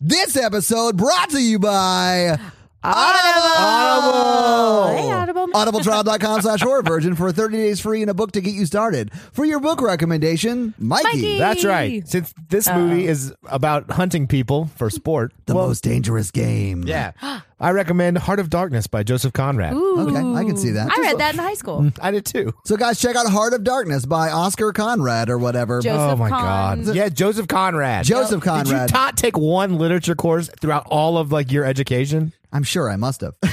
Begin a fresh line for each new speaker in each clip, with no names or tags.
This episode brought to you by
Audible. Hey, Audible.
Audibletrial.com slash horror virgin for 30 days free and a book to get you started. For your book recommendation, Mikey,
Mikey.
That's right. Since this movie is about hunting people for sport,
Oh. the
well,
most dangerous game.
yeah, I recommend Heart of Darkness by Joseph Conrad.
Okay, I can see that.
I read that in high
Mm-hmm.
school.
I did too.
So, guys, check out Heart of Darkness by Oscar Conrad or whatever.
Joseph
oh my
Kahn.
god. Yeah, Joseph Conrad.
Joseph
Did you
Conrad.
not take one literature course throughout all of like your education?
I'm sure I must have.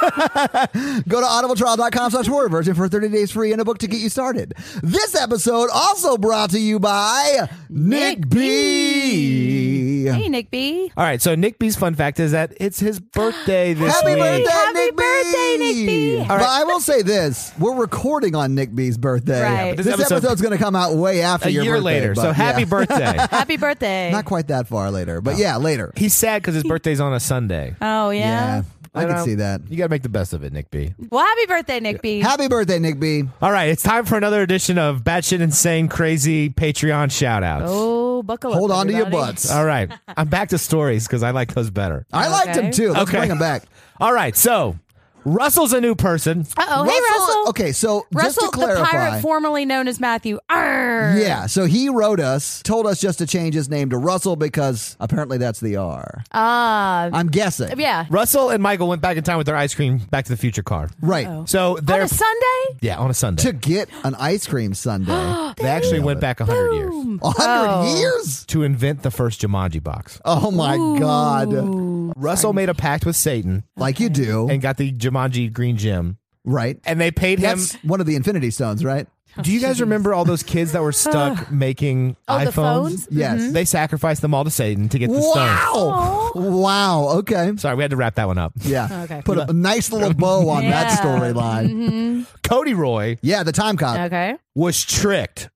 Go to audibletrial.com slash horror virgin for 30 days free and a book to get you started. This episode also brought to you by Nick,
Nick
B.
Hey, Nick B.
All right, so Nick B's fun fact is that it's his birthday this
Happy
week.
birthday,
Happy
Nick
birthday,
B.
Nick B. All
But I will say this: we're recording on Nick B's birthday.
Right. Yeah, but
this
this episode-
episode's going to come out way after
A
your
year
birthday,
later.
but
So happy
yeah.
birthday. Oh.
Happy birthday.
Not quite that far later, but yeah, later.
He's sad because his birthday's on a Sunday.
oh, yeah.
Yeah, I
And,
can
um,
see that.
You got to make the best of it, Nick B.
Well, happy birthday, Nick B.
Happy birthday, Nick B.
All right, it's time for another edition of Batshit Insane Crazy Patreon shout outs.
oh, buckle
Hold
up.
on to your
everybody.
butts.
All right, I'm back to stories because I like those better.
I liked him
Okay.
too. Let's
Okay.
bring him back.
All right, so Russell's a new person.
Uh-oh. Oh, Hey, Russell.
Okay, so
Russell,
just to clarify,
the pirate formerly known as Matthew. Arr.
yeah, so he wrote us, told us just to change his name to Russell because apparently that's the R.
Uh,
I'm guessing.
yeah.
Russell and Michael went back in time with their ice cream Back to the Future car.
Right.
So
On
they're
a Sunday?
yeah on a Sunday.
To get an ice cream sundae.
they actually went back hundred years
Boom.
100
Oh.
years?
to invent the first Jumanji box.
Oh my God.
Ooh.
Russell made a pact with Satan
Like you do.
and got the Jumanji green gem,
right.
and they paid him.
That's one of the Infinity Stones, right?
Mm-hmm.
Do you guys remember all those kids that were stuck making
Oh,
iPhones?
the phones? Mm-hmm.
Yes.
They sacrificed them all to Satan to get the stone.
Wow.
Aw.
Wow. Okay.
Sorry, we had to wrap that one up.
Yeah.
Okay.
Put a nice little bow on that
Yeah. Mm-hmm.
storyline.
Cody Roy
Yeah, the time cop.
Okay.
was tricked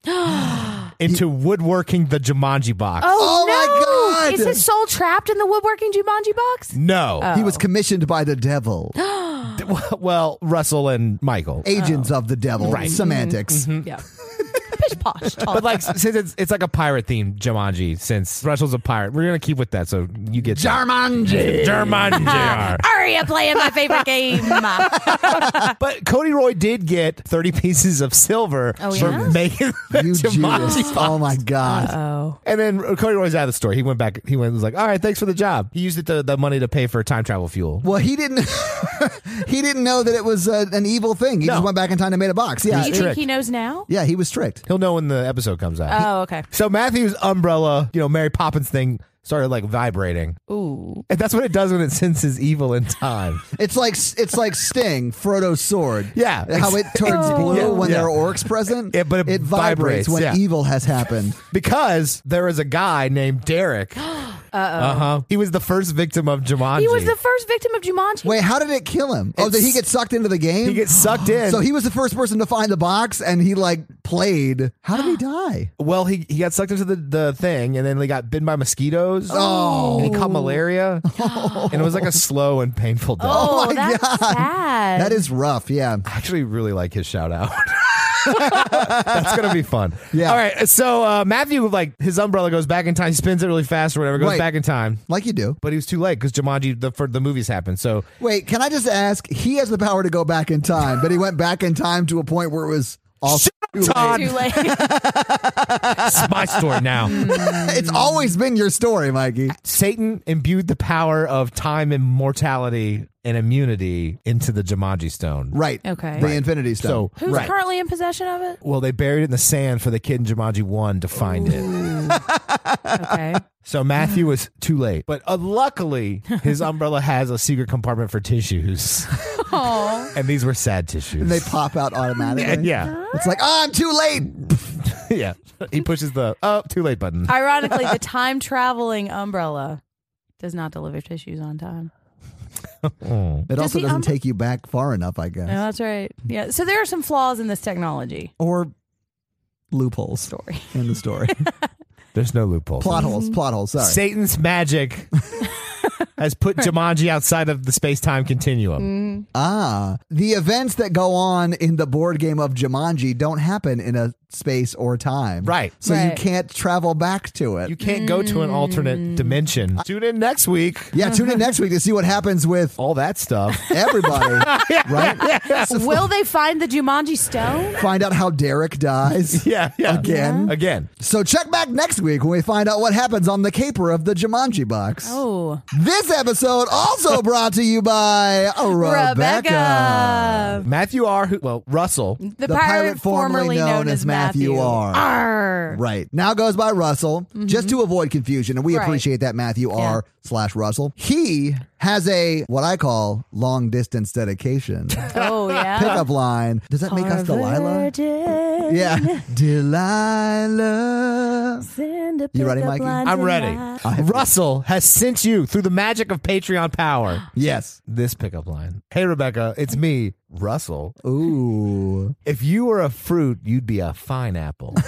into woodworking the Jumanji box.
Oh,
no!
my God.
Is his soul trapped in the woodworking Jumanji box?
No.
He was commissioned by the devil.
Well, Russell and Michael.
Agents of the devil. Semantics.
Yeah. Pish posh.
But like since it's it's like a pirate themed Jumanji, since Russell's a pirate, we're gonna keep with that. So you get that.
Jumanji.
Jumanji.
Are you playing my favorite game?
but Cody Roy did get thirty pieces of silver
Oh,
for
yeah?
making the
You
Jumanji
Judas.
box.
Oh my God.
oh.
And then Cody Roy's out of the store. He went back. He went was like, "All right, thanks for the job." He used it to, the money to pay for time travel fuel.
Well, he didn't. he didn't know that it was uh, an evil thing. He
No.
just went back in time and made a box. Yeah,
You
He's
think
tricked.
he knows now?
yeah, he was tricked.
He'll know when the episode comes out.
Oh, okay.
So Matthew's umbrella, you know, Mary Poppins thing started like vibrating.
Ooh.
And that's what it does when it senses evil in time.
It's like it's like Sting, Frodo's sword.
Yeah.
how it turns blue
Yeah.
when
Yeah.
there are orcs present.
Yeah, but it
vibrates,
vibrates,
when
yeah.
evil has happened.
because there is a guy named Derek. uh huh. He was the first victim of Jumanji.
He was the first victim of Jumanji.
Wait, how did it kill him? oh, did he
It's-
get sucked into the game?
He gets sucked in.
so he was the first person to find the box, and he like played. How did he die?
well, he, he got sucked into the, the thing, and then he got bitten by mosquitoes.
Oh.
and he caught malaria, and it was like a slow and painful death.
oh,
my
that's
God.
sad.
That is rough. Yeah.
I actually really like his shout out. That's gonna be fun.
Yeah.
All right. So uh, Matthew, like his umbrella goes back in time, spins it really fast or whatever, goes
Right.
back in time,
Like you do.
but he was too late because Jumanji the for the movies happened. So
Wait, can I just ask? He has the power to go back in time, but he went back in time to a point where it was all.
Todd,
too late.
it's my story
Hmm.
now.
it's always been your story, Mikey.
Satan imbued the power of time, immortality, and immunity into the Jumanji stone.
Right.
Okay.
The
Right.
Infinity Stone.
So-
Who's
right.
currently in possession of it?
Well, they buried it in the sand for the kid in Jumanji 1 to find it.
Okay.
So Matthew was too late. But uh, luckily, his umbrella has a secret compartment for tissues.
Oh.
And these were sad tissues.
And they pop out automatically.
And yeah.
It's like, oh, I'm too late.
Yeah. He pushes the oh, too late button.
Ironically, the time traveling umbrella does not deliver tissues on time.
It also
he
doesn't
um-
take you back far enough, I guess.
No, that's right. Yeah. So there are some flaws in this technology
Or loopholes
story.
in the story.
There's no loophole.
plot holes, plot holes. Sorry.
Satan's magic has put Jumanji outside of the space time continuum.
ah, the events that go on in the board game of Jumanji don't happen in a space, or time.
Right.
So you
Right.
can't travel back to it.
You can't go to an alternate dimension. Tune in next week.
yeah, tune in next week to see what happens with
All that stuff.
everybody, right?
Will they find the Jumanji stone?
Find out how Derek dies
yeah, yeah.
again.
Again.
So check back next week when we find out what happens on the caper of the Jumanji box.
Oh,
This episode also brought to you by Rebecca.
Rebecca,
Matthew R. Who, well, Russell.
the, pirate, formerly known as Matthew
R.
Arr.
Right. Now goes by Russell, just to avoid confusion. And we
Right.
appreciate that, Matthew R slash Russell. He has a, what I call, long distance dedication
Oh yeah.
pickup line. Does that make us Delilah?
Virgin,
Yeah. Delilah.
send a
You ready,
pickup
Mikey?
line
I'm
tonight.
ready. Russell has sent you through the magic of Patreon power.
Yes.
This pickup line. Hey, Rebecca, it's me, Russell.
Ooh.
If you were a fruit, you'd be a fine apple.
Does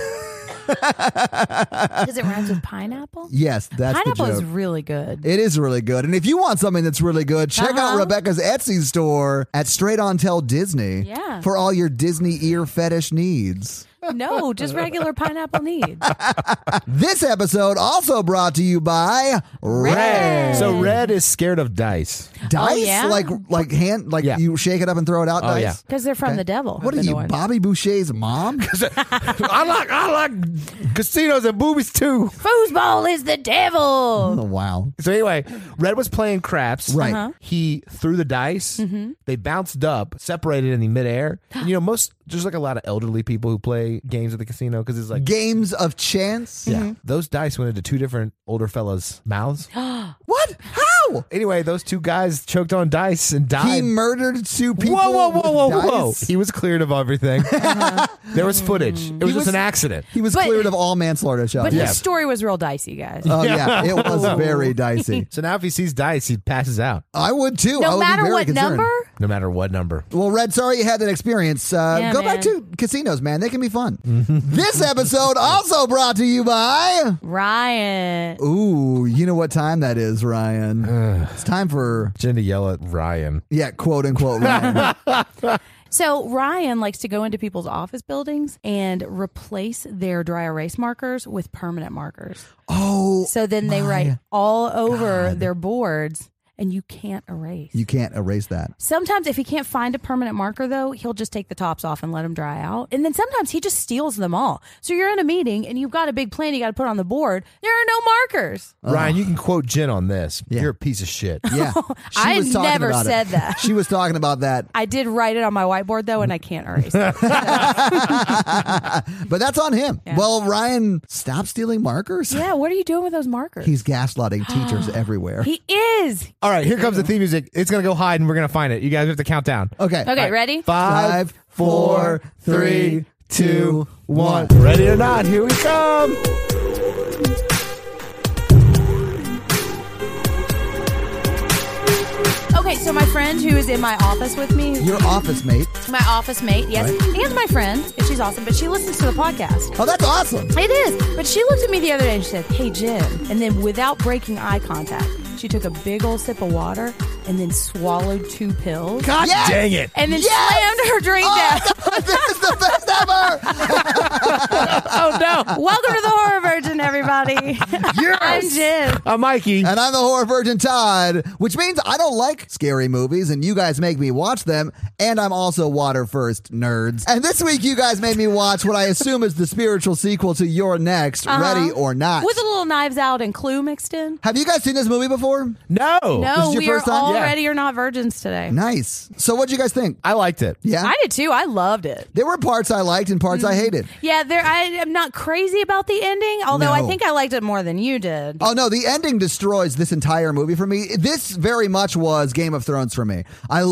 it rhyme with pineapple?
Yes, that's
pineapple
the joke.
is really good.
It is really good. And if you want something that's really good, check out
Uh-huh.
Rebecca's Etsy store at Straight On Tell Disney
Yeah.
for all your Disney ear fetish needs.
no, just regular pineapple needs.
This episode also brought to you by Red.
So Red is scared of dice.
Dice?
Oh, yeah?
Like like hand like
Yeah.
you shake it up and throw it out
Oh,
dice?
yeah.
Because they're from the devil.
What are
I've been
you,
doing.
Bobby Boucher's mom?
I like I like casinos and boobies too.
Foosball is the devil.
oh, wow.
So anyway, Red was playing craps.
Right.
Uh-huh.
He threw the dice. They bounced up, separated in the midair. And, you know, most there's like a lot of elderly people who play games at the casino because it's like
Games of chance?
Mm-hmm.
yeah, those dice went into two different older fellas' mouths.
What? How?
anyway, those two guys choked on dice and
He
died.
murdered two people.
whoa, whoa, whoa, whoa,
with
whoa!
dice?
He was cleared of everything. there was footage. It was,
was-
just an accident.
He was
But-
cleared of all manslaughter
But
charges.
Yeah.
his story was real dicey, guys.
Oh yeah, it was very dicey.
So now if he sees dice, he passes out.
I would too. I
no
would be
matter
very
what
concerned.
number,
No matter what number.
Well, Red, sorry you had that experience. Uh,
Yeah,
go back to
man.
casinos, man. They can be fun. this episode also brought to you by.
Ryan.
Ooh, you know what time that is, Ryan? it's time for
Jen to yell at Ryan.
yeah, quote unquote Ryan.
So Ryan likes to go into people's office buildings and replace their dry erase markers with permanent markers.
oh,
So then they write all over their boards, and you can't erase.
you can't erase that.
Sometimes, if he can't find a permanent marker, though, he'll just take the tops off and let them dry out. And then sometimes he just steals them all. So you're in a meeting and you've got a big plan you got to put on the board. There are no markers.
Ryan, you can quote Jen on this.
Yeah.
You're a piece of shit.
Yeah, she
I
was talking
never
about it.
said that.
She was talking about that,
I did write it on my whiteboard, though, and I can't erase it.
but that's on him.
Yeah.
Well, Ryan, stop stealing markers.
yeah, what are you doing with those markers?
He's gaslighting teachers everywhere.
he is.
All right, here comes the theme music. It's gonna go hide, and we're gonna find it. You guys have to count down.
Okay.
Okay, ready?
Five, four, three, two, one.
one.
Ready or not, here we come.
Okay, so my friend who is in my office with me, who's
Your office mate.
my office mate, yes, and my friend, and she's awesome, but she listens to the podcast.
Oh, that's awesome.
It is. But she looked at me the other day and she said, Hey, Jim. And then without breaking eye contact, she took a big old sip of water and then swallowed two pills.
God
Yes!
dang it.
And then
Yes! Oh,
slammed her drink down.
this is the best ever.
Oh no! Welcome to the horror virgin, everybody. I'm Jim.
I'm Uh, Mikey.
And I'm the horror virgin Todd, which means I don't like scary movies, and you guys make me watch them. And I'm also water first nerds. And this week, you guys made me watch what I assume is the spiritual sequel to Your Next, Ready or Not.
Uh-huh. With a little Knives Out and Clue mixed in.
Have you guys seen this movie before?
no.
This
No,
is your
we are
first time?
all
Yeah.
ready or not virgins today.
Nice. So, what'd you guys think?
I liked it.
Yeah,
I did too. I loved it.
there were parts I liked and parts I hated.
Yeah, there. I am not crazy about the ending, although I
No.
think I liked it more than you did.
Oh no, the ending destroys this entire movie for me. This very much was Game of Thrones for me. I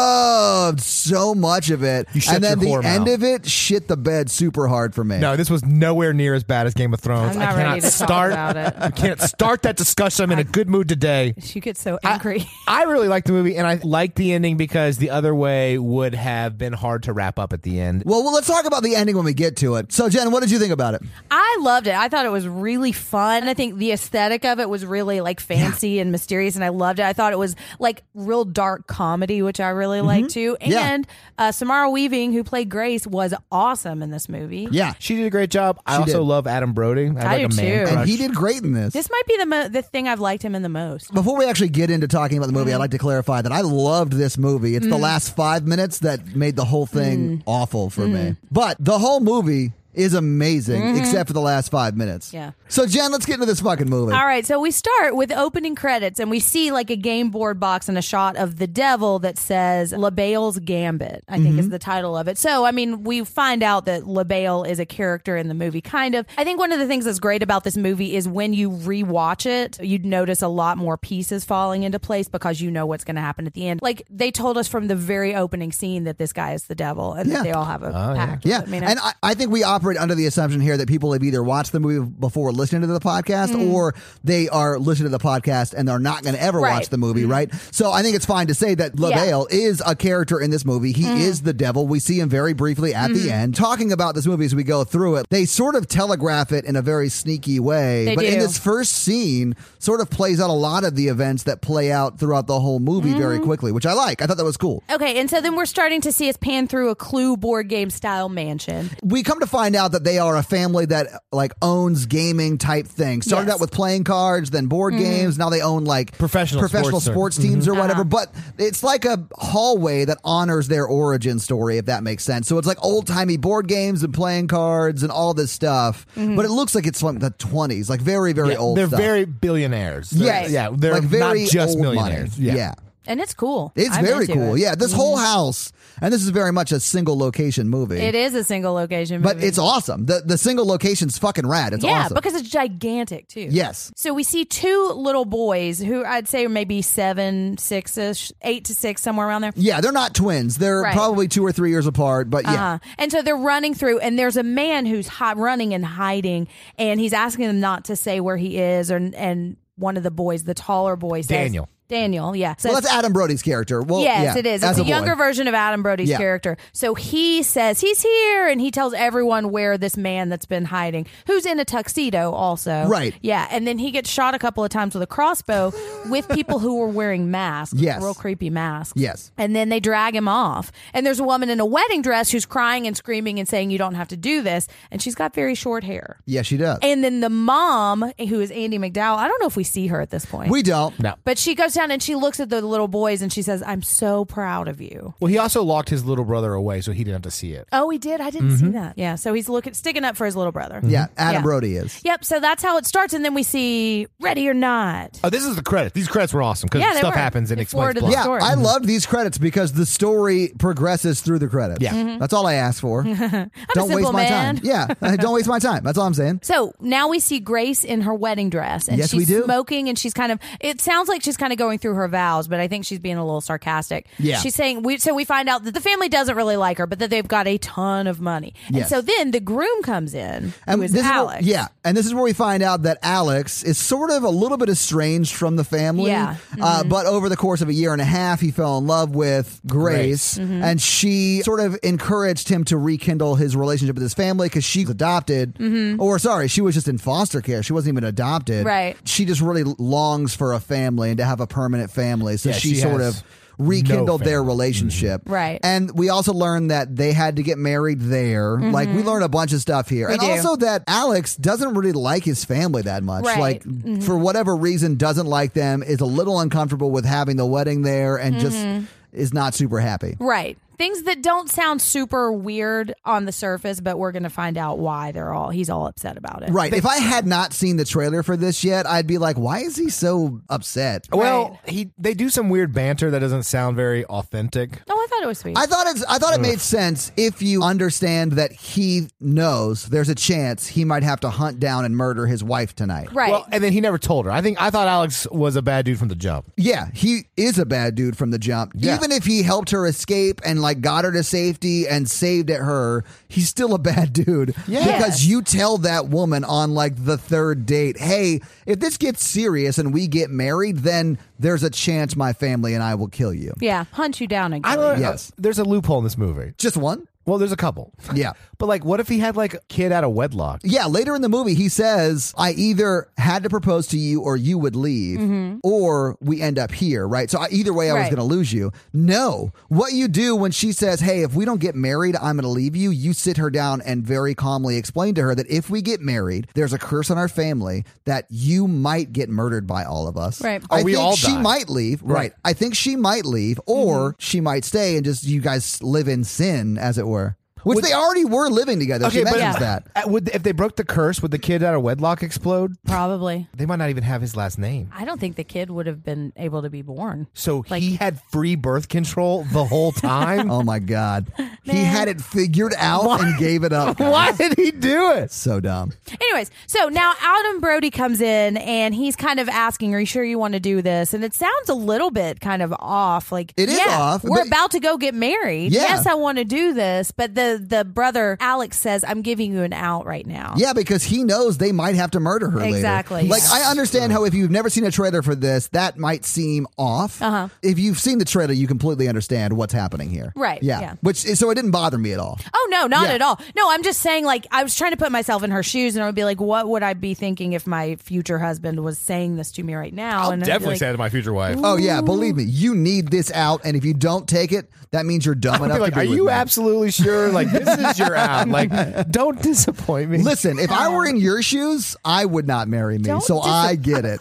loved so much of it.
You shut
and then
your
the
whore
end
mouth.
of it shit the bed super hard for me.
No, this was nowhere near as bad as Game of Thrones.
I'm not
I cannot
ready to talk
start
about it.
I can't start that discussion. I'm in a good mood today.
She gets so angry.
I really liked the movie, and I liked the ending because the other way would have been hard to wrap up at the end.
Well, well, let's talk talk about the ending when we get to it. So, Jen, what did you think about it?
I loved it. I thought it was really fun. I think the aesthetic of it was really like fancy and mysterious, and I loved it. I thought it was like real dark comedy, which I really liked too.
Mm-hmm. Yeah.
And uh, Samara Weaving, who played Grace, was awesome in this movie.
Yeah.
She did a great job. I also
did.
love Adam Brody. I, have
I
like
do
a man
too.
crush.
And he did great in this.
This might be the mo- the thing I've liked him in the most.
Before we actually get into talking about the movie, I'd like to clarify that I loved this movie. It's the last five minutes that made the whole thing awful for me. But the whole movie is amazing, except for the last five minutes.
Yeah.
So, Jen, let's get into this fucking movie.
All right, so we start with opening credits, and we see like a game board box and a shot of the devil that says LaBelle's Gambit, I think is
Mm-hmm.
the title of it. So, I mean, we find out that LaBelle is a character in the movie, kind of. I think one of the things that's great about this movie is when you rewatch it, you'd notice a lot more pieces falling into place because you know what's going to happen at the end. Like, they told us from the very opening scene that this guy is the devil and
Yeah. Oh,
that they all have a pact.
Yeah,
I mean,
and I, I think we operate under the assumption here that people have either watched the movie before listening to the podcast,
Mm.
or they are listening to the podcast and they're not going to ever
Right. Mm-hmm.
watch the movie, right? So I think it's fine to say that LaBelle is a character in this movie. He
Mm-hmm.
is the devil. We see him very briefly at the end talking about this movie as we go through it. They sort of telegraph it in a very sneaky way,
They
but in
do.
this first scene, sort of plays out a lot of the events that play out throughout the whole movie very
Mm-hmm.
quickly, which I like. I thought that was cool.
Okay, and so then we're starting to see us pan through a clue board game style mansion.
we come to find out that they are a family that like owns gaming type things. Started
Yes. Mm-hmm.
out with playing cards, then board games. Now they own like
Professional
professional sports,
sports Mm-hmm.
teams or whatever. But it's like a hallway that honors their origin story, if that makes sense. So it's like old timey board games and playing cards and all this stuff.
Mm-hmm.
But it looks like it's from the twenties, like very very
Yeah,
old.
They're
stuff.
very billionaires. They're-
Yes.
Yeah. They're
like very
not just
old money.
millionaires.
yeah.
And it's cool.
It's
I'm
very
into
cool.
it. Mm-hmm.
Yeah, this whole house, and this is very much a single location movie.
It is a single location
But
movie.
it's awesome. The the single location's fucking rad. It's
Mm. yeah,
awesome.
because it's gigantic too.
Yes.
So we see two little boys who I'd say are maybe seven, six ish, eight to six, somewhere around there.
Yeah, they're not twins. They're
Right.
probably two or three years apart, but yeah.
Uh-huh. And so they're running through, and there's a man who's hi- running and hiding, and he's asking them not to say where he is. Or, and one of the boys, the taller boy, says,
Daniel.
Daniel, yeah.
Well,
says-
that's Adam Brody's character. Well,
Yes,
Oh, yeah,
it is.
as
It's a,
boy.
younger version of Adam Brody's
Yeah.
character. So he says he's here, and he tells everyone where this man that's been hiding, who's in a tuxedo, also.
Right.
Yeah, and then he gets shot a couple of times with a crossbow with people who were wearing masks.
Yes.
real creepy masks.
Yes.
And then they drag him off. And there's a woman in a wedding dress who's crying and screaming and saying, "You don't have to do this." And she's got very short hair.
Yeah, she does.
And then the mom, who is Andy McDowell, I don't know if we see her at this point.
we don't.
No.
But she goes down and she looks at the little boys and she says, I'm so proud of you.
Well, he also locked his little brother away, so he didn't have to see it.
Oh, he did? I didn't see that. Yeah. So he's looking, sticking up for his little brother.
Yeah, Adam
Yeah.
Brody is.
Yep. So that's how it starts. And then we see Ready or Not.
Oh, this is the credit. These credits were awesome because
Yeah, they
stuff
were.
happens and
It
explains.
forwarded
plot.
the
Yeah,
story.
I love these credits because the story progresses through the credits.
Yeah. Mhm.
That's all I ask for. don't waste
Mm-hmm. simple
my
man.
time. Yeah, don't waste my time. That's all I'm saying.
So now we see Grace in her wedding dress and
Yes,
she's
we do.
smoking and she's kind of, it sounds like she's kind of going through her vows, but I think she's being a little sarcastic.
Yeah.
She's saying, we, so we find out that the family doesn't really like her, but that they've got a ton of money.
Yes.
And so then the groom comes in, who is
this is where-
Alex.
yeah, and this is where we find out that Alex is sort of a little bit estranged from the family.
Yeah. Mm-hmm.
Uh, but over the course of a year and a half, he fell in love with Grace,
Mm-hmm.
and she sort of encouraged him to rekindle his relationship with his family because she's adopted, or sorry, she was just in foster care. She wasn't even adopted.
Mm-hmm. Right.
She just really longs for a family and to have a permanent family. So
Yeah,
she,
she
sort
has
of rekindled their
family.
relationship.
Mm-hmm. Right.
And we also learned that they had to get married there. Like we learned a bunch of stuff here. and
Mm-hmm. do.
also that Alex doesn't really like his family that much.
Right. Mm-hmm.
Like for whatever reason doesn't like them, is a little uncomfortable with having the wedding there and
Mm-hmm.
just is not super happy.
Right. Things that don't sound super weird on the surface, but we're going to find out why they're all, he's all upset about it.
Right. If I had not seen the trailer for this yet, I'd be like, why is he so upset?
Well, he they do some weird banter that doesn't sound very authentic.
Oh, I thought it was sweet.
I thought it's I thought it made sense if you understand that he knows there's a chance he might have to hunt down and murder his wife tonight.
right.
Well, and then he never told her. I think I thought Alex was a bad dude from the jump.
Yeah, he is a bad dude from the jump.
Yeah.
Even if he helped her escape and like got her to safety and saved at her, he's still a bad dude.
Yeah.
Because you tell that woman on like the third date, "Hey, if this gets serious and we get married, then there's a chance my family and I will kill you."
yeah. Hunt you down and
I
kill you.
don't.
Yes.
Yes. there's a loophole in this movie.
Just one?
Well, there's a couple.
Yeah.
But like, what if he had like a kid out of wedlock?
Yeah, later in the movie, he says, I either had to propose to you or you would leave, or we end up here, right? So I, either way, I was
Mm-hmm. Right.
going to lose you. No. What you do when she says, Hey, if we don't get married, I'm going to leave you, you sit her down and very calmly explain to her that if we get married, there's a curse on our family that you might get murdered by all of us.
Right.
Or
I
Oh, we
think
all
she
die.
might leave. Right.
Right.
I think she might leave,
Mm-hmm.
or she might stay and just you guys live in sin, as it were. Which they already were living together. she mentions
Yeah.
that.
Uh, Would if they broke the curse, would the kid out of wedlock explode?
Probably.
They might not even have his last name.
I don't think the kid would have been able to be born.
So
Like-
he had free birth control the whole time.
Oh my God. He had it figured out and gave it up. guys.
Why did he do it?
So dumb.
Anyways, so now Adam Brody comes in and he's kind of asking, Are you sure you want to do this? And it sounds a little bit kind of off. Like,
It is
yeah,
off,
We're
but-
about to go get married.
Yeah.
Yes, I want to do this. But the, the brother, Alex, says, I'm giving you an out right now.
Yeah, because he knows they might have to murder her later.
Exactly.
Like, I understand how if you've never seen a trailer for this, that might seem off.
Uh-huh.
If you've seen the trailer, you completely understand what's happening here.
Right,
Yeah.
yeah.
Which is, so it didn't bother me at all.
Oh no, not
Yeah.
at all. No, I'm just saying like I was trying to put myself in her shoes and I would be like, what would I be thinking if my future husband was saying this to me right now? and I'd be like,
to my future wife.
Oh yeah, believe me, you need this out, and if you don't take it, that means you're dumb enough.
like,
to
are
be with
you
me."
absolutely sure? Like, this is your out. Like, don't disappoint me.
Listen, if I were in your shoes, I would not marry me.
Don't
so
dis-
I get it.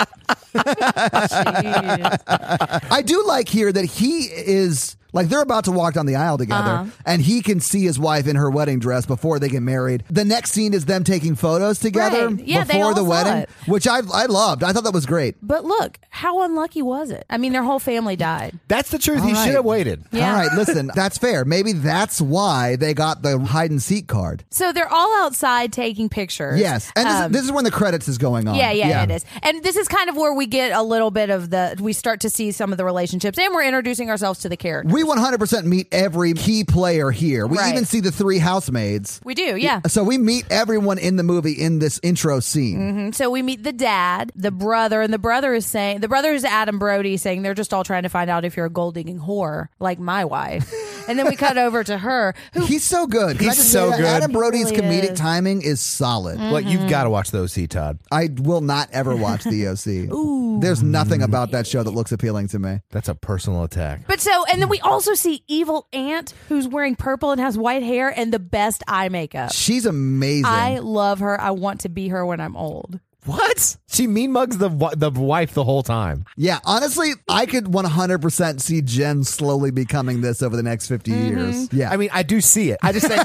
"Jeez."
I do like here that he is like they're about to walk down the aisle together
Uh-huh.
and he can see his wife in her wedding dress before they get married. The next scene is them taking photos together
Right. Yeah, they
before
all
the
saw
wedding,
it.
which I I loved. I thought that was great.
But look, how unlucky was it? I mean, their whole family died.
That's the truth. he
right.
should have waited.
Yeah.
All right, listen, that's fair. Maybe that's why they got the hide and seek card.
So they're all outside taking pictures.
Yes. And this,
Um,
this is when the credits is going on.
yeah, yeah, it is. And this is kind of where we get a little bit of the we start to see some of the relationships and we're introducing ourselves to the character.
We 100% meet every key player here. We
Right.
even see the three housemaids.
We do, yeah.
So we meet everyone in the movie in this intro scene.
And so we meet the dad, the brother, and the brother is saying the brother is Adam Brody saying they're just all trying to find out if you're a gold digging whore like my wife. and then we cut over to her who
He's so good. Can I
He's
just
so
say that?
good.
Adam Brody's
He really
comedic
is. Mm.
timing is solid.
Like, you've got to watch those, C. Todd.
I will not ever watch The OC. There's nothing about that show that looks appealing to me.
That's a personal attack.
But so, and then we also see evil aunt who's wearing purple and has white hair and the best eye makeup.
She's amazing.
I love her. I want to be her when I'm old.
What? She mean mugs the wi- the wife the whole time.
yeah, honestly, I could 100% see Jen slowly becoming this over the next 50
Mm-hmm.
years. Yeah.
I mean, I do see it. I just say,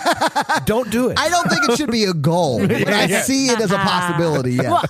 don't do it.
I don't think it should be a goal, but I see it as a possibility. Yeah.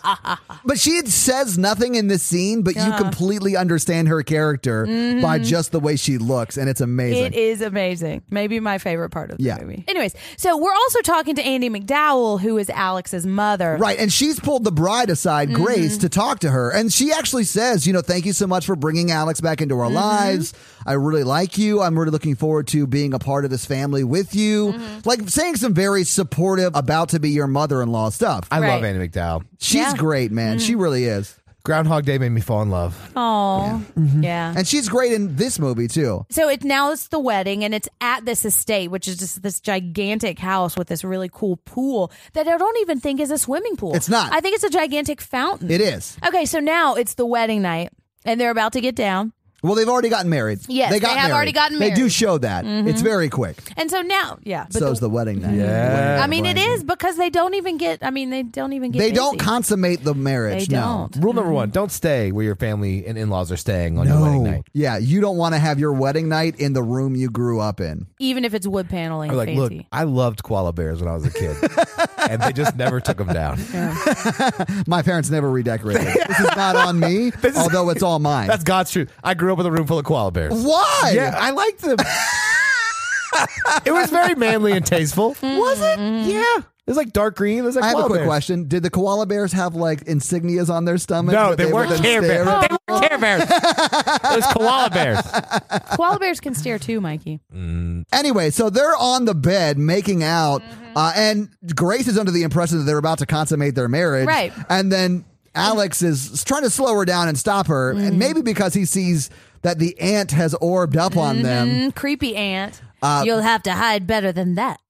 but she says nothing in this scene, but you completely understand her character by just the way she looks, and it's amazing.
Mm-hmm. It is amazing. Maybe my favorite part of the
Yeah.
movie. Anyways, so we're also talking to Andy McDowell, who is Alex's mother.
Right, and she's pulled the bride aside,
Mm-hmm.
Grace, to talk to her. And she actually says, you know, thank you so much for bringing Alex back into
Mm-hmm.
our lives. I really like you. I'm really looking forward to being a part of this family with you.
Mm-hmm.
Like saying some very supportive, about to be your mother in law stuff.
I love
Right.
Annie McDowell.
She's
Yeah. Mm.
great, man. She really is.
Groundhog Day made me fall in love.
Oh, yeah.
And she's great in this movie, too.
So it now it's the wedding and it's at this estate, which is just this gigantic house with this really cool pool that I don't even think is a swimming pool.
It's not.
I think it's a gigantic fountain.
It is.
Okay, so now it's the wedding night and they're about to get down.
Well, they've already gotten married.
Yes,
they, got
they have
married.
already gotten
They do
married.
show that. It's very quick.
And so now, yeah, but
so
the-
is the wedding night.
Yeah.
I mean it is because they don't even get I mean they don't even get
They don't
busy.
consummate the marriage.
They
no.
don't.
Rule number one: Don't stay where your family and in laws are staying on your wedding
No.
night.
Yeah, you don't want to have your wedding night in the room you grew up in.
even if it's wood paneling
Or like,
fancy.
look, I loved koala bears when I was a kid, and they just never took them down.
My parents never redecorated. this is not on me, although it's all mine.
That's God's truth. I grew up with a room full of koala bears.
Why?
Yeah, I liked them. it was very manly and tasteful. Was it? Yeah. It was like dark green. It was like
Mm-hmm, I have a
koala
quick
bears.
question. Did the koala bears have like insignias on their stomach?
No,
that
they, weren't
would
Care
stare
Bears.
at?
They weren't Care Bears. it was koala bears.
koala bears can stare too, Mikey.
Anyway, so they're on the bed making out, uh, and Grace is under the impression that they're about to consummate their marriage.
Right.
And then Alex is trying to slow her down and stop her, and maybe because he sees that the ant has orbed up on them.
Mm, creepy aunt. You'll have to hide better than that.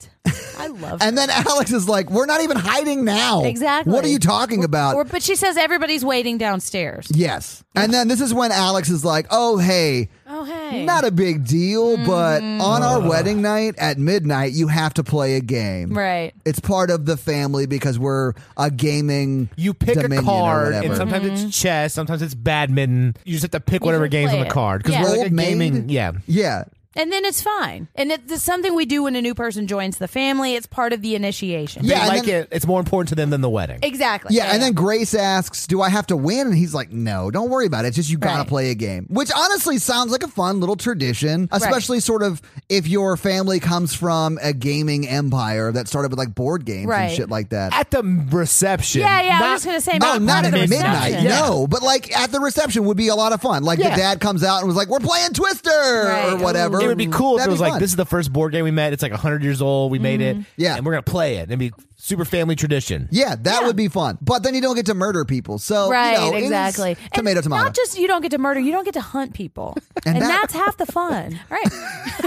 I love
Uh, And then Alex is like, "We're not even hiding now.
Exactly.
What are you talking about?"
Or, but she says everybody's waiting downstairs.
yes. And then this is when Alex is like, "Oh hey,
Oh hey. Mm-hmm.
not a big deal, but on our wedding night at midnight, you have to play a game.
right.
It's part of the family because we're a gaming.
You pick a
dominion or
card,
whatever. Mm-hmm.
and sometimes it's chess, sometimes it's badminton. You just have to pick whatever
can
game's
play
on the
it.
card because
Yeah.
we're like
Old
a gaming.
maid?
Yeah,
yeah,
And then it's fine. And it, it's something we do when a new person joins the family. It's part of the initiation.
Yeah,
they
and
like
then-
it. It's more important to them than the wedding.
Exactly.
yeah. And then Grace asks, "Do I have to win?" And he's like, "No, don't worry about it. It's just you gotta
Right.
play a game." Which honestly sounds like a fun little tradition, especially sort of if your family comes from a gaming empire that started with like board games
Right.
and shit like that.
At the reception.
Yeah, yeah. I
not-
was just gonna say,
No,
not,
not at
part of the
midnight.
reception.
Yeah.
No, but like at the reception would be a lot of fun. Like
Yeah.
the dad comes out and was like, "We're playing Twister" or
Right.
whatever.
It would be cool if
That'd
it was
be
like
fun. Mm-hmm.
this is the first board game we met. It's like hundred years old. We made it.
Yeah.
and we're gonna play it. It'd be super family tradition.
Yeah, that
Yeah.
would be fun. But then you don't get to murder people. So you
Right,
know, it is
exactly. And
Tomato, tomato.
Not just you don't get to murder, you don't get to hunt people. and
that-
that's half the fun. Right.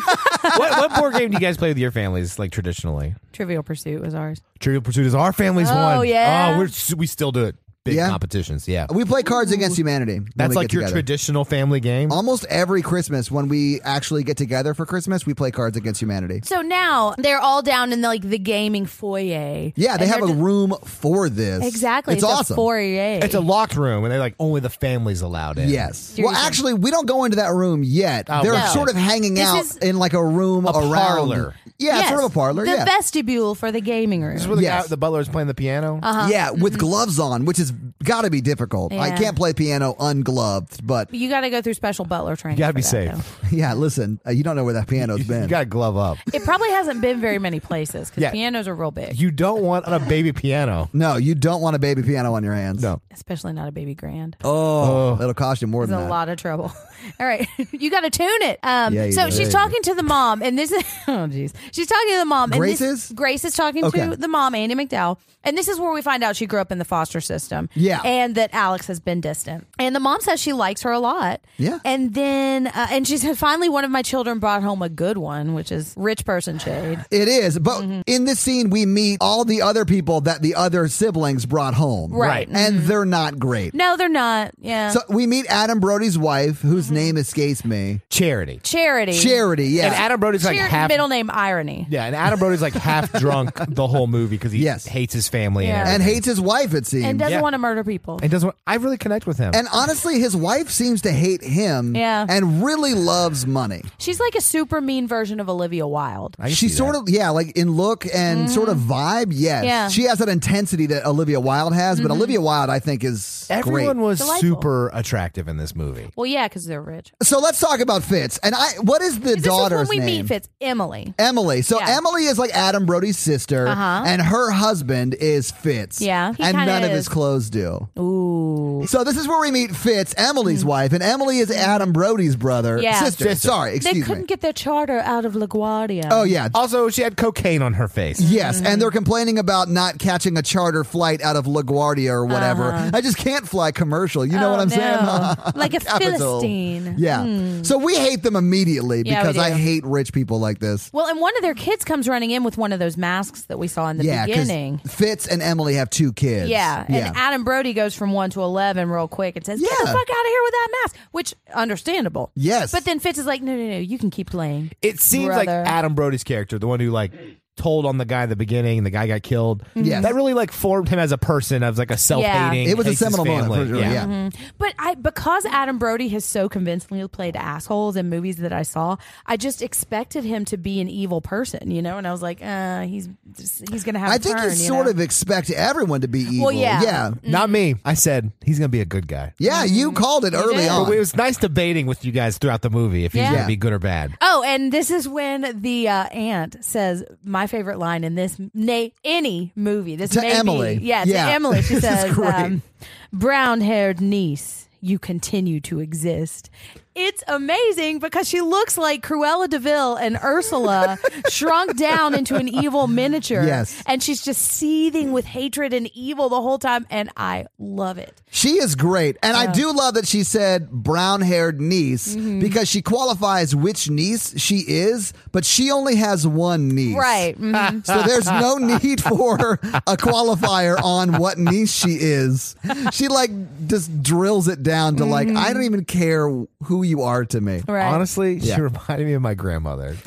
what, what board game do you guys play with your families like traditionally?
Trivial Pursuit was ours.
Trivial Pursuit is our family's
Oh,
one.
yeah.
Oh, we're s- we still do it. Big
Yeah.
competitions. Yeah,
we play Cards Against Humanity. when
that's
we
like
get
your
together.
traditional family game.
Almost every Christmas, when we actually get together for Christmas, we play Cards Against Humanity.
So now they're all down in the, like the gaming foyer.
Yeah, they
And
have a
they're just-
room for this.
Exactly.
It's,
a
awesome.
foyer.
It's a locked room, and they're like only the family's allowed in.
Yes.
Seriously.
Well, actually, we don't go into that room yet.
Oh,
They're
no.
sort of hanging
This
out
is-
in like a room around.
parlor.
Yeah,
Yes,
sort of a parlor.
The
yeah.
vestibule for the gaming room.
This is where the,
Yes. Oh,
guy, the butler is playing the piano.
Yeah, with gloves on, which has got to be difficult. I
uh-huh. Mm-hmm. Yeah.
can't play piano ungloved, but
you got to go through special butler training.
You gotta
for
be
that,
safe.
though.
yeah, listen, uh, you don't know where that piano's
you,
been.
got to glove up.
It probably hasn't been very many places because
Yeah.
pianos are real big,
You don't want a baby piano.
No, you don't want a baby piano on your hands.
No.
especially not a baby grand.
Oh, it'll cost you more
It's
than
a
that.
lot of trouble. All right, you got to tune it. Um,
Yeah, you
so
do.
she's
Yeah, you
talking to the mom, and this is oh jeez, she's talking to the mom. and
Grace
this-
is?
Grace is talking
Okay.
to the mom, Andy McDowell, and this is where we find out she grew up in the foster system.
Yeah.
and that Alex has been distant, and the mom says she likes her a lot.
Yeah.
and then uh, and she said finally one of my children brought home a good one, which is rich person shade.
It is, but
Mm-hmm.
in this scene, we meet all the other people that the other siblings brought home.
Right. Mm-hmm.
And they're not great.
No, they're not. Yeah,
So we meet Adam Brody's wife, whose
Mm-hmm.
name escapes me.
Charity.
charity,
Charity, yeah.
And Adam Brody's like
Char-
half.
middle name irony.
yeah, and Adam Brody's like half drunk the whole movie because he
Yes.
hates his family and,
Yeah.
and
everything.
hates his wife, it seems.
And doesn't
Yeah.
want to murder people.
and doesn't. Want, I really connect with him.
And honestly, his wife seems to hate him
Yeah.
and really loves money.
She's like a super mean version of Olivia Wilde.
I can
She's
see
sort
that.
of, yeah, like in look and sort of vibe, yes.
Mm-hmm. Yeah. Mm-hmm.
She has that intensity that Olivia Wilde has, but Olivia Wilde, I think, is great.
Everyone was
Delightful.
super attractive in this movie.
Well, yeah, because they're rich.
So let's talk about Fitz. And I, what is the daughter's
this is when we
name?
meet Fitz, Emily.
Emily. So
Yeah.
Emily is like Adam Brody's sister,
Uh-huh.
and her husband is Fitz.
Yeah, he
and
kinda
none of his
is.
clothes do.
Ooh, Mm-hmm.
So this is where we meet Fitz, Emily's wife, and Emily is Adam Brody's brother,
Yeah.
sister.
Sister.
Sorry,
they
excuse
couldn't
me.
get their charter out of LaGuardia.
oh yeah.
Also, she had cocaine on her face.
Yes,
Mm-hmm.
and they're complaining about not catching a charter flight out of LaGuardia or whatever.
Uh-huh.
I just can't fly commercial. You know what I'm saying?
saying? like a
Capital.
Oh, philistine. Hmm.
yeah. So we hate them immediately
Yeah, we
because I
do.
hate rich people like this.
Well, and one of their kids comes running in with one of those masks that we saw in the
yeah,
beginning.
Fitz and Emily have two kids.
Yeah, and Adam Brody goes from one to eleven real quick and says, "Get the
Yeah.
fuck out of here with that mask," which understandable.
Yes.
but then Fitz is like, "No, no, no, you can keep playing."
It seems like
Brother.
Adam Brody's character, the one who like told on the guy at the beginning, and the guy got killed.
Mm-hmm.
Yes.
that really like formed him as a person of like a self-hating.
It was a
hates his
seminal moment
family.
for sure. Yeah.
But I because Adam Brody has so convincingly played assholes in movies that I saw, I just expected him to be an evil person, you know. And I was like, uh, he's just, he's gonna have.
I
a
think
turn,
you
you
sort
know?
of expect everyone to be evil.
Well, yeah.
Yeah.
Not me. I said he's gonna be a good guy.
Yeah, you called it early
Mm-hmm. did.
on.
But it was nice debating with you guys throughout the movie if he's
Yeah.
gonna be good or bad.
Oh, and this is when the uh, aunt says my favorite line in this nay any movie. This
To
may be-
Emily.
yeah, to
Yeah.
Emily. She
This is
says,
great.
um, "Brown haired niece, you continue to exist. It's amazing because she looks like Cruella Deville and Ursula shrunk down into an evil miniature.
Yes.
And she's just seething with hatred and evil the whole time. And I love it.
She is great. And I do love that she said brown haired niece
Mm-hmm.
because she qualifies which niece she is, but she only has one niece.
Right. mhm.
So there's no need for a qualifier on what niece she is. She like just drills it down to like, I don't even care who you are to me.
Mm-hmm. Right.
Honestly,
Yeah.
she reminded me of my grandmother.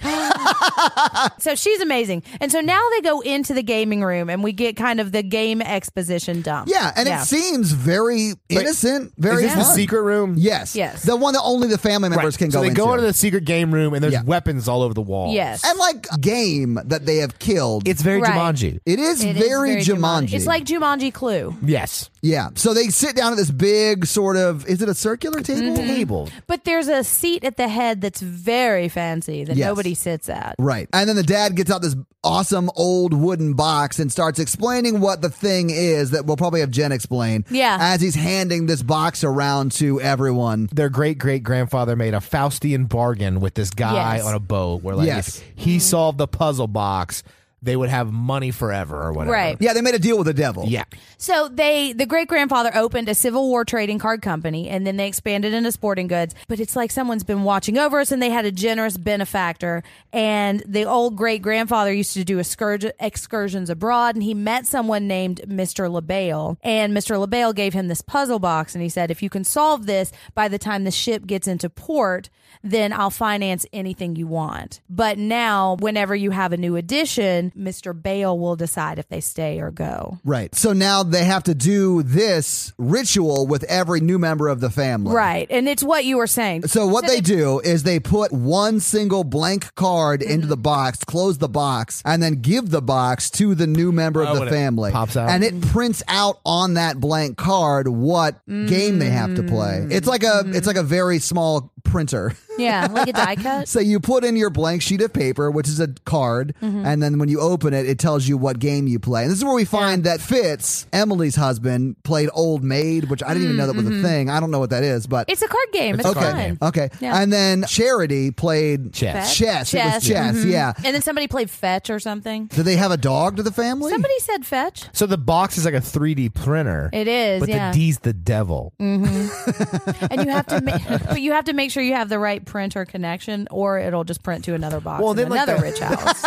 So she's amazing. And so now they go into the gaming room and we get kind of the game exposition dump.
Yeah, and it seems very innocent, very
Is this the
fun.
secret room?
Yes.
Yes.
The one that only the family members can
so
go
they
into.
go into the secret game room and there's
Yeah.
weapons all over the wall.
Yes.
and like a game that they have killed.
It's very
Right.
Jumanji.
it is
It is
very Jumanji.
It's like Jumanji Clue.
Yes.
Yeah. So they sit down at this big sort of is it a circular table?
Mm-hmm.
Table.
But there's a seat at the head that's very fancy that
Yes.
nobody sits at.
Right. And then the dad gets out this awesome old wooden box and starts explaining what the thing is that we'll probably have Jen explain.
Yeah.
As he's handing this box around to everyone.
Their great great grandfather made a Faustian bargain with this guy
Yes.
on a boat where, like,
Yes.
if he solved the puzzle box, they would have money forever or whatever.
Right.
Yeah, they made a deal with the devil.
Yeah.
So they the great grandfather opened a Civil War trading card company and then they expanded into sporting goods. But it's like someone's been watching over us and they had a generous benefactor. And the old great grandfather used to do excurg- excursions abroad and he met someone named Mr. LaBelle. And Mr. LaBelle gave him this puzzle box and he said, If you can solve this by the time the ship gets into port, then I'll finance anything you want. But now, whenever you have a new addition, Mr. Bale will decide if they stay or go.
Right. So now they have to do this ritual with every new member of the family.
Right. And it's what you were saying.
So what they, do is they put one single blank card into the box, close the box, and then give the box to the new member
Oh,
of the
when it
family.
pops out.
And it prints out on that blank card what game they have to play. It's like a it's like a very small printer.
yeah, like a die cut.
so you put in your blank sheet of paper, which is a card, and then when you open it, it tells you what game you play. And this is where we find that Fitz, Emily's husband, played Old Maid, which I didn't even know that was a thing. I don't know what that is, but
It's a card game. It's,
It's a card
fun.
game.
Okay. Uh,
Yeah.
And then Charity played
Chess.
Chess. It was chess. Yeah.
And then somebody played fetch or something.
Do they have a dog to the family?
Somebody said fetch.
So the box is like a 3D printer.
It is,
But
yeah. Mm.
the D's the devil.
and you have to, ma- but you have to make sure you have the right printer connection, or it'll just print to another box
Well,
in
then, like,
another
the-
rich house.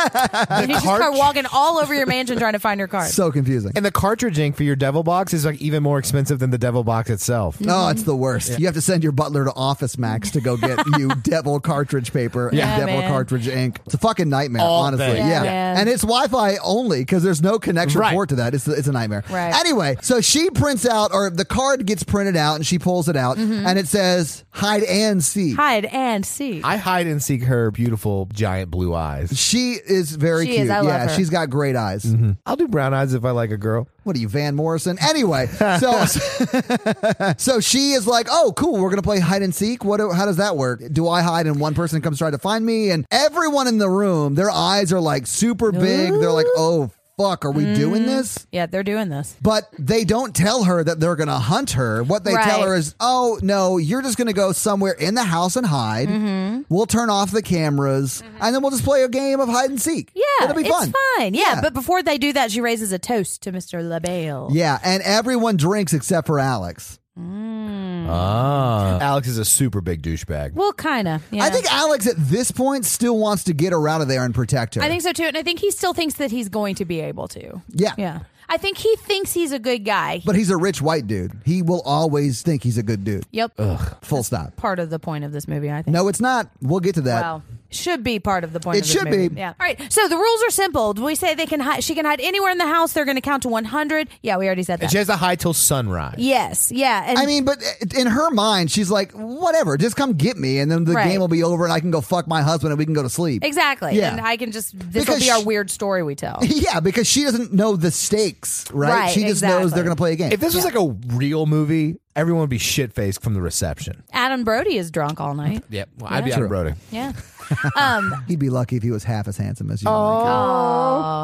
and you just
cart-
start walking all over your mansion trying to find your card.
so confusing.
Mm-hmm.
And the cartridge ink for your devil box is like even more expensive than the devil box itself.
Mm.
Oh, it's the worst. You have to send your butler to Office Max to go get you devil cartridge paper and
Yeah,
devil
man.
cartridge ink. It's a fucking nightmare,
All
honestly.
day.
Yeah.
Yeah,
man.
And it's Wi Fi only because there's no connection
Right.
port to that. It's, it's a nightmare.
Right.
Anyway, so she prints out, or the card gets printed out and she pulls it out
Mm-hmm.
and it says hide and seek.
Hide and seek.
I hide and seek her beautiful giant blue eyes.
She is very
She is.
cute. yeah,
I love her.
she's got great eyes.
I'll do brown eyes if I like a girl.
What are you, Van Morrison? Anyway, so so she is like, "Oh, cool, we're gonna play hide and seek. What? do- How does that work? Do I hide and one person comes try to find me?" And everyone in the room, their eyes are like super big. They're like, "Oh, fuck, are we
Mm.
doing this?"
yeah, they're doing this.
But they don't tell her that they're gonna hunt her. What they tell
Right.
her is, "Oh no, you're just gonna go somewhere in the house and hide.
Mm-hmm.
We'll turn off the cameras, and then we'll just play a game of hide and seek.
Yeah,
it'll be
it's
fun.
fine. Yeah, but before they do that, she raises a toast to Mr. LaBelle.
Yeah, and everyone drinks except for Alex.
Ah. Alex is a super big douchebag.
Well, kind of. Yeah.
I think Alex at this point still wants to get her out of there and protect her.
I think so too, and I think he still thinks that he's going to be able to.
Yeah.
yeah. I think he thinks he's a good guy.
but he's a rich white dude. He will always think he's a good dude.
yep,
Full stop.
part of the point of this movie, I think.
No, it's not. We'll get to that.
Wow. Should be part of the point.
It
of this
should
movie.
be.
Yeah. All right. So the rules are simple. We say they can hide. She can hide anywhere in the house. They're going to count to one hundred. Yeah, we already said that.
She has to hide till sunrise.
yes. Yeah. And
I mean, but in her mind, she's like, whatever, just come get me, and then the
Right.
game will be over, and I can go fuck my husband, and we can go to sleep.
exactly.
Yeah.
And I can just this will
Because
be our
sh-
weird story we tell.
yeah, because she doesn't know the stakes, right?
Right,
she just knows
exactly.
they're going to play a game.
If this was like a real movie, everyone would be shit faced from the reception.
Adam Brody is drunk all night.
Yep. Well, I'd be out Brody.
Yeah. Um,
He'd be lucky if he was half as handsome
Oh,
as you.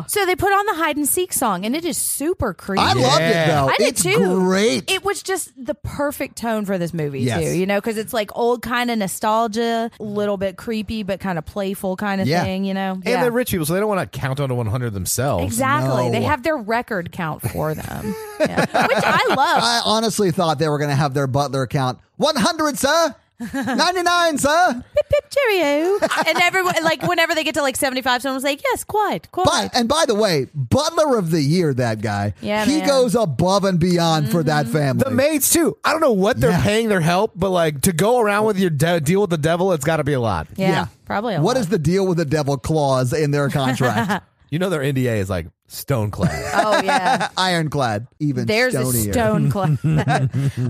So they put on the hide and seek song, and it is super creepy.
I loved it
Yeah.
though.
I did
it's
too.
great.
It was just the perfect tone for this movie
Yes.
too, you know, because it's like old kind of nostalgia, little bit creepy, but kind of playful kind of
Yeah.
thing, you know.
And they're rich people, so they don't want to count on to 100 themselves.
Exactly.
No.
They have their record count for them, Yeah. which I love.
I honestly thought they were going to have their butler count 100, sir. 99, sir.
Pip cheerio. and everyone, like, whenever they get to like 75, someone's like, yes, quite, quite.
But and by the way, butler of the year that guy.
Yeah,
he
man. Mm-hmm.
goes above and beyond for that family.
The maids too. I don't know what they're
Yeah.
paying their help, but like to go around with your de- deal with the devil, it's got to be a lot.
yeah, probably. A
What
lot.
is the deal with the devil clause in their contract?
You know their NDA is like stone clad.
Oh, yeah.
Ironclad, even
There's
stonier.
a stone club.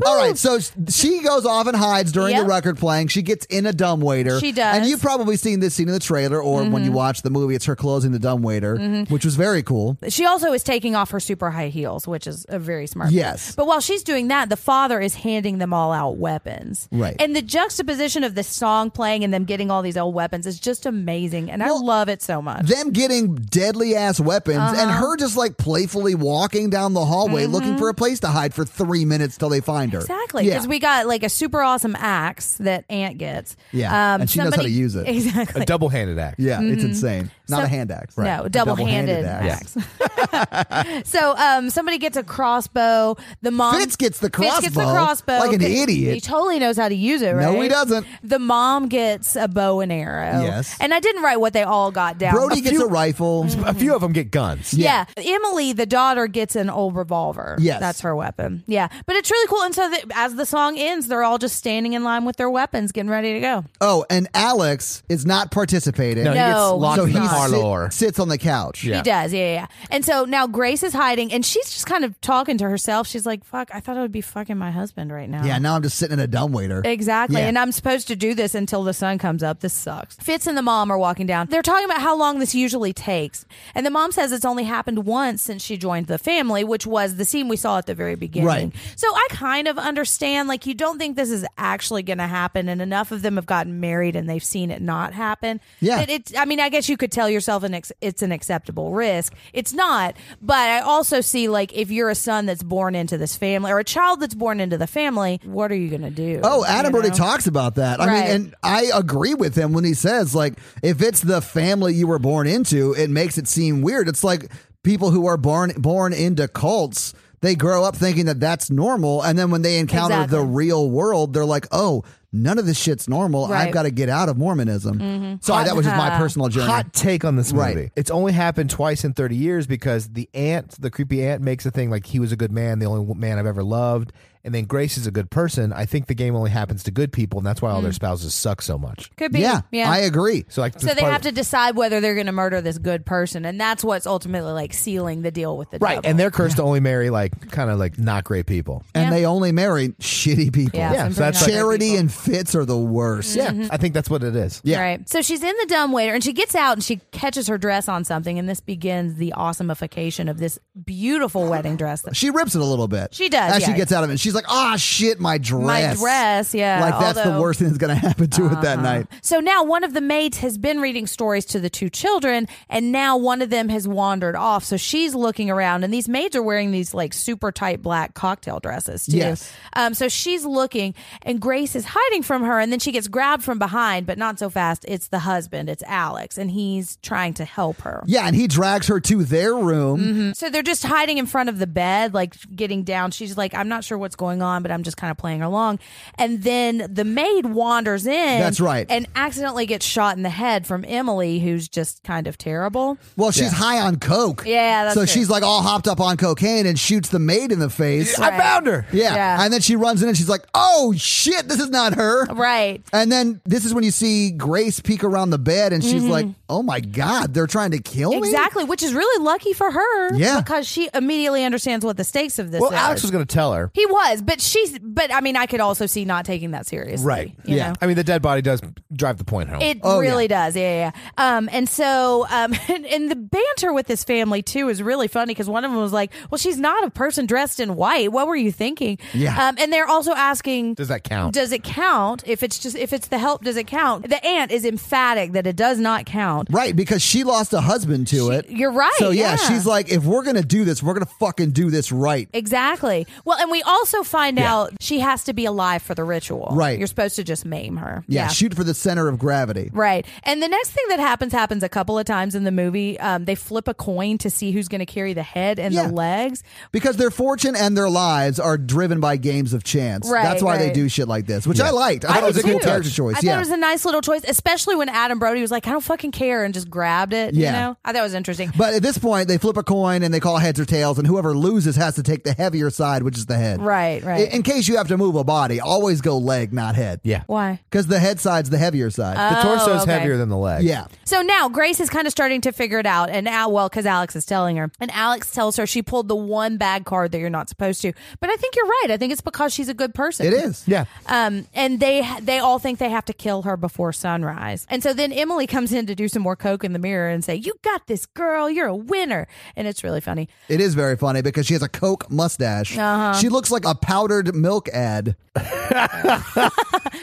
All right, so sh- she goes off and hides during
Yep.
the record playing. She gets in a dumbwaiter.
She does. Mm-hmm.
And you've probably seen this scene in the trailer or when you watch the movie, it's her closing the dumbwaiter, which was very cool.
she also is taking off her super high heels, which is a very smart.
Yes.
But while she's doing that, the father is handing them all out weapons.
Right.
And the juxtaposition of the song playing and them getting all these old weapons is just amazing, and I love it so much.
Them getting deadly ass weapons and
Uh-huh.
her just like playfully walking down the hallway looking for a place to hide for three minutes till they find her.
Mm-hmm. Exactly,
Yeah.
because we got like a super awesome axe that Aunt gets. Um,
Yeah, and she knows how to use it.
Exactly.
a double handed act.
yeah, it's insane. Not a hand axe.
Mm-hmm. No, double-handed, axe. so um, somebody gets a crossbow. The mom
Fitz gets the
Fitz gets the
crossbow
crossbow
like an
'cause
idiot.
He totally knows how to use it. Right?
No, he doesn't.
The mom gets a bow and arrow.
Yes.
and I didn't write what they all got down.
Brody gets a rifle.
Mm-hmm.
A few of them get guns.
Yeah. Emily, the daughter, gets an old revolver.
Yes.
That's her weapon. Yeah. But it's really cool. And so the, as the song ends, they're all just standing in line with their weapons, getting ready to go.
Oh, and Alex is not participating.
No, he
No,
gets locked
so
in
he
the
he's-
parlor.
sit- sits on the couch.
Yeah.
He does, yeah, yeah, yeah. And so now Grace is hiding, and she's just kind of talking to herself. She's like, "Fuck, I thought I would be fucking my husband right now."
Yeah, now I'm just sitting in a dumbwaiter.
Exactly.
Yeah.
And I'm supposed to do this until the sun comes up. This sucks. Fitz and the mom are walking down. They're talking about how long this usually takes. And the mom says it's only happened once since she joined the family, which was the scene we saw at the very beginning.
Right.
So I kind of understand, like, you don't think this is actually going to happen. And enough of them have gotten married and they've seen it not happen.
Yeah.
That it's, I mean, I guess you could tell yourself an ex- it's an acceptable risk. It's not. But I also see, like, if you're a son that's born into this family or a child that's born into the family, what are you going to do?
Oh, Adam
you
already
know?
talks about that. I
Right.
mean, and I agree with him when he says, like, if it's the family you were born into, it makes it seem weird. It's like people who are born born into cults. They grow up thinking that that's normal, and then when they encounter
Exactly.
the real world, they're like, "Oh, none of this shit's normal. I've
Right. Mm-hmm.
got to get out of Mormonism." Sorry, that was just my personal journey.
Hot take on this movie.
Right.
It's only happened twice in 30 years because the aunt, the creepy aunt, makes a thing like he was a good man, the only man I've ever loved. And then Grace is a good person. I think the game only happens to good people, and that's why all their spouses suck so much.
Could be.
Yeah, I agree.
So, like,
Mm. so
that's
they
part
have
of-
to decide whether they're going to murder this good person, and that's what's ultimately like sealing the deal with the
Right,
devil.
and they're cursed to only marry like kind of like not great people.
and
Yeah.
they only marry shitty people.
yeah,
Yeah,
some
so that's like-
pretty nice
Charity
people.
and Fitz are the worst.
Yeah,
Mm-hmm.
I think that's what it is.
Yeah.
Right. So she's in the dumbwaiter and she gets out and she catches her dress on something, and this begins the awesomification of this beautiful wedding dress. that-
She rips it a little bit.
She does,
As she
yeah.
gets out of it, she's like, "Ah, shit, my dress,
My dress, yeah.
Like that's the
although- Uh-huh.
worst thing that's gonna happen to it that night.
So now one of the maids has been reading stories to the two children, and now one of them has wandered off. So she's looking around, and these maids are wearing these like super tight black cocktail dresses too.
Yes.
Um, so she's looking, and Grace is hiding from her, and then she gets grabbed from behind, but not so fast. It's the husband, it's Alex, and he's trying to help her.
Yeah, and he drags her to their room.
So they're just hiding in front of the bed, like getting down. She's like, I'm not sure what's going on, but I'm just kind of playing along. And then the maid wanders in.
That's right.
And accidentally gets shot in the head from Emily, who's just kind of terrible.
Well, she's high on coke.
Yeah, that's
so
true.
she's like all hopped up on cocaine and shoots the maid in the face.
I found her.
Yeah.
Yeah.
and then she runs in and she's like, "Oh shit, this is not her.
Right.
And then this is when you see Grace peek around the bed and she's like, oh my God, they're trying to kill me?
Mm-hmm. Exactly, which is really lucky for her.
Yeah.
Because she immediately understands what the stakes of this
Well,
is.
Alex was going to tell her.
he was, but she's but I mean I could also see not taking that seriously.
Right.
you
Yeah.
know?
I mean, the dead body does drive the point home.
It
Oh,
really does. Yeah, yeah, yeah. Um, and so, um, and, and the banter with this family too is really funny because one of them was like, "Well, she's not a person dressed in white. What were you thinking?"
Yeah.
Um, and they're also asking.
does that count?
Does it count if it's just if it's the help? Does it count? The aunt is emphatic that it does not count.
Right, because she lost a husband to it.
you're right,
So yeah,
yeah.
she's like, if we're gonna do this, we're gonna fucking do this right.
Exactly. Well, and we also find out she has to be alive for the ritual.
Right.
You're supposed to just maim her.
Yeah, shoot for the center of gravity.
Right. And the next thing that happens happens a couple of times in the movie. Um, they flip a coin to see who's going to carry the head and
Yeah.
the legs.
Because their fortune and their lives are driven by games of chance.
Right,
That's why they
right.
do shit like this, which I liked. I,
I
thought it was a
did
cool
too.
character choice.
I
yeah.
thought it was a nice little choice, especially when Adam Brody was like, I don't fucking care, and just grabbed it.
Yeah.
You know? I thought it was interesting.
but at this point, they flip a coin and they call heads or tails, and whoever loses has to take the heavier side, which is the head.
Right,
In,
right.
in case you have to move a body, always go leg, not head.
yeah.
Why?
Because the head side's the heavier side.
Uh,
The torso is
Oh, okay.
heavier than the leg.
yeah.
So now Grace is kind of starting to figure it out, and Al, well, because Alex is telling her, and Alex tells her she pulled the one bad card that you're not supposed to. But I think you're right. I think it's because she's a good person.
It is.
Yeah.
Um, and they they all think they have to kill her before sunrise. And so then Emily comes in to do some more coke in the mirror and say, "You got this, girl. You're a winner." And it's really funny.
It is very funny because she has a Coke mustache.
Uh-huh.
She looks like a powdered milk ad.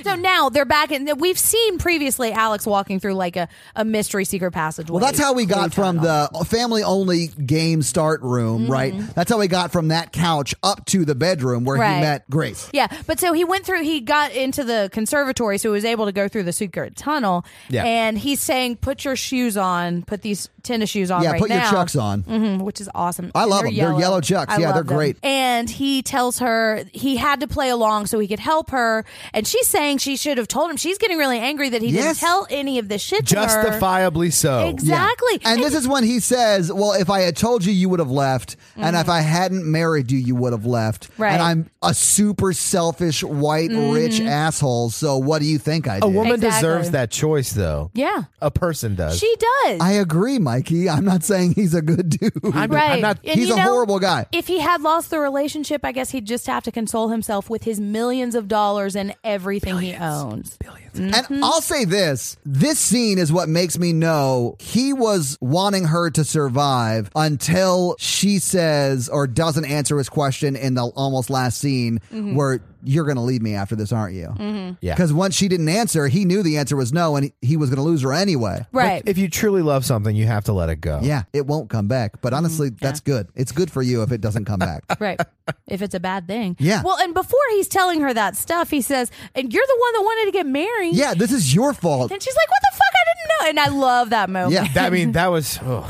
So
Hmm.
now they're back in. We've seen previously Alex walking through like a, a mystery secret passageway.
Well, that's how we got from the family only game start room,
Mm-hmm.
right? That's how we got from that couch up to the bedroom where he
Right.
met Grace.
Yeah, but so he went through. He got into the conservatory, so he was able to go through the secret tunnel.
Yeah.
and he's saying, "Put your shoes on. Put these tennis shoes on.
Yeah,
right
put your
now."
chucks on.
Mhm, which is awesome.
I
And
love 'em. They're yellow chucks.
I
Yeah,
love
they're
them.
great.
And he tells her he had to play along so he could help her, and she's saying she should have told him. She's getting really angry that he
Yes.
didn't tell any of this shit to her.
Justifiably so.
Yeah.
Exactly.
And this is when he says, Well, if I had told you, you would have left. And if I hadn't married you, you would have left.
Mm-hmm. Right. Mm-hmm.
And I'm a super selfish, white, rich asshole. So what do you think I did?
A woman
Exactly.
deserves that choice, though.
yeah,
A person does.
she does.
I agree, Mikey. I'm not saying he's a good dude.
I'm
Right.
not-
And
he's
you
a
know,
horrible guy.
If he had lost the relationship, I guess he'd just have to console himself with his millions of dollars and everything he owns.
And I'll say this this scene is what makes me know he was wanting her to survive until she says or doesn't answer his question in the almost last scene where you're going to leave me after this, aren't you?
Yeah.
Because once she didn't answer, he knew the answer was no and he- he was going to lose her anyway.
Right.
If you truly love something, you have to let it go.
Yeah, it won't come back. But honestly, that's good. It's good for you if it doesn't come back.
Right. If it's a bad thing.
Yeah.
Well, and before he's telling her that stuff, he says, and you're the one that wanted to get married.
yeah, this is your fault.
And she's like, what the fuck? I didn't know. And I love that moment.
Yeah.
That I mean, that was. ugh.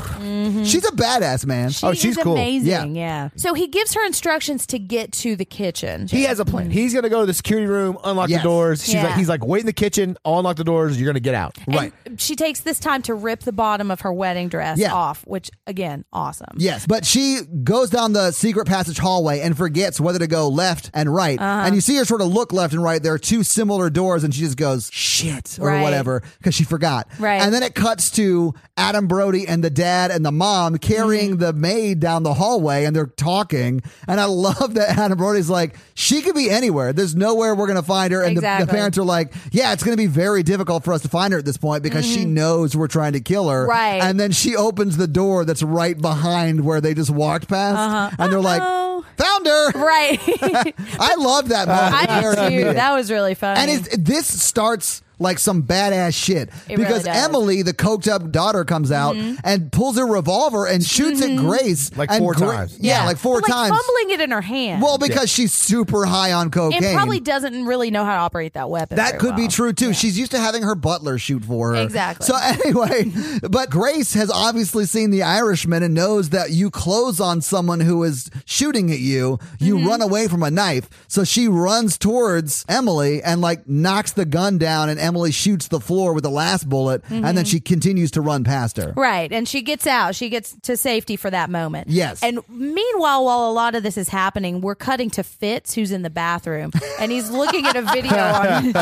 She's a badass, man.
She
Oh, she's
is
cool.
amazing. Yeah. So he gives her instructions to get to the kitchen.
He has a plan. He's gonna go to the security room, unlock
Yes.
the doors. She's
Yeah.
like, he's like, wait in the kitchen. I'll unlock the doors. You're gonna get out.
right.
And she takes this time to rip the bottom of her wedding dress
Yeah.
off, which again, awesome.
Yes, but she goes down the secret passage hallway and forgets whether to go left and right.
Uh-huh.
And you see her sort of look left and right. There are two similar doors, and she just goes, shit, or
Right.
whatever, because she forgot.
Right.
And then it cuts to Adam Brody and the dad and the mom carrying
Mm-hmm.
the maid down the hallway, and they're talking. And I love that Adam Brody's like, she could be anywhere. There's nowhere we're going to find her. And the- the,
Exactly.
parents are like, yeah, it's going to be very difficult for us to find her at this point because she knows we're trying to kill her.
Mm-hmm. Right.
And then she opens the door that's right behind where they just walked past, and they're like,
Uh-huh. Uh-oh.
"Found her!"
Right.
I love that
Uh-huh.
moment.
I
Very
did too.
immediate.
That was really funny.
and it's, this starts like some badass shit
It really
because
does. Mm-hmm.
Emily, the coked up daughter, comes out and pulls her revolver and shoots at Grace
Like
and
four times.
Yeah, like four
But,
times.
fumbling it in her hand.
well, because she's super high on cocaine.
and probably doesn't really know how to operate that weapon.
That
very
could be
well.
true too. She's used to having her butler shoot for her.
Exactly.
So anyway, but Grace has obviously seen the Irishman and knows that you close on someone who is shooting swing at you. You
Mm-hmm.
run away from a knife. So she runs towards Emily and like knocks the gun down, and Emily shoots the floor with the last bullet,
Mm-hmm.
and then she continues to run past her.
Right. And she gets out. She gets to safety for that moment.
Yes.
And meanwhile, while a lot of this is happening, we're cutting to Fitz, who's in the bathroom, and he's looking at a video on his,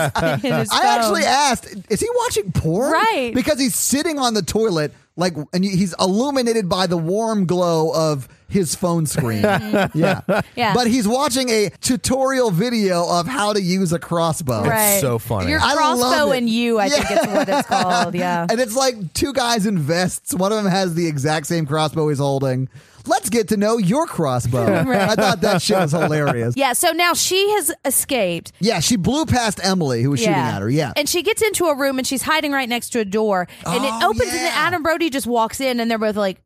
in his phone.
I actually asked, is he watching porn?
Right.
Because he's sitting on the toilet, like, and he's illuminated by the warm glow of his phone screen. yeah.
Yeah.
But he's watching a tutorial video of how to use a crossbow.
Right.
so funny.
Your
I love
crossbow
it.
and you, I think it's what it's called. Yeah.
And it's like two guys in vests. One of them has the exact same crossbow he's holding. Let's get to know your crossbow.
Right.
I thought that shit was hilarious.
Yeah, so now she has escaped.
Yeah, she blew past Emily, who was shooting at her. Yeah.
And she gets into a room and she's hiding right next to a door. And it
Oh,
opens and then
yeah.
Adam Brody just walks in and they're both like,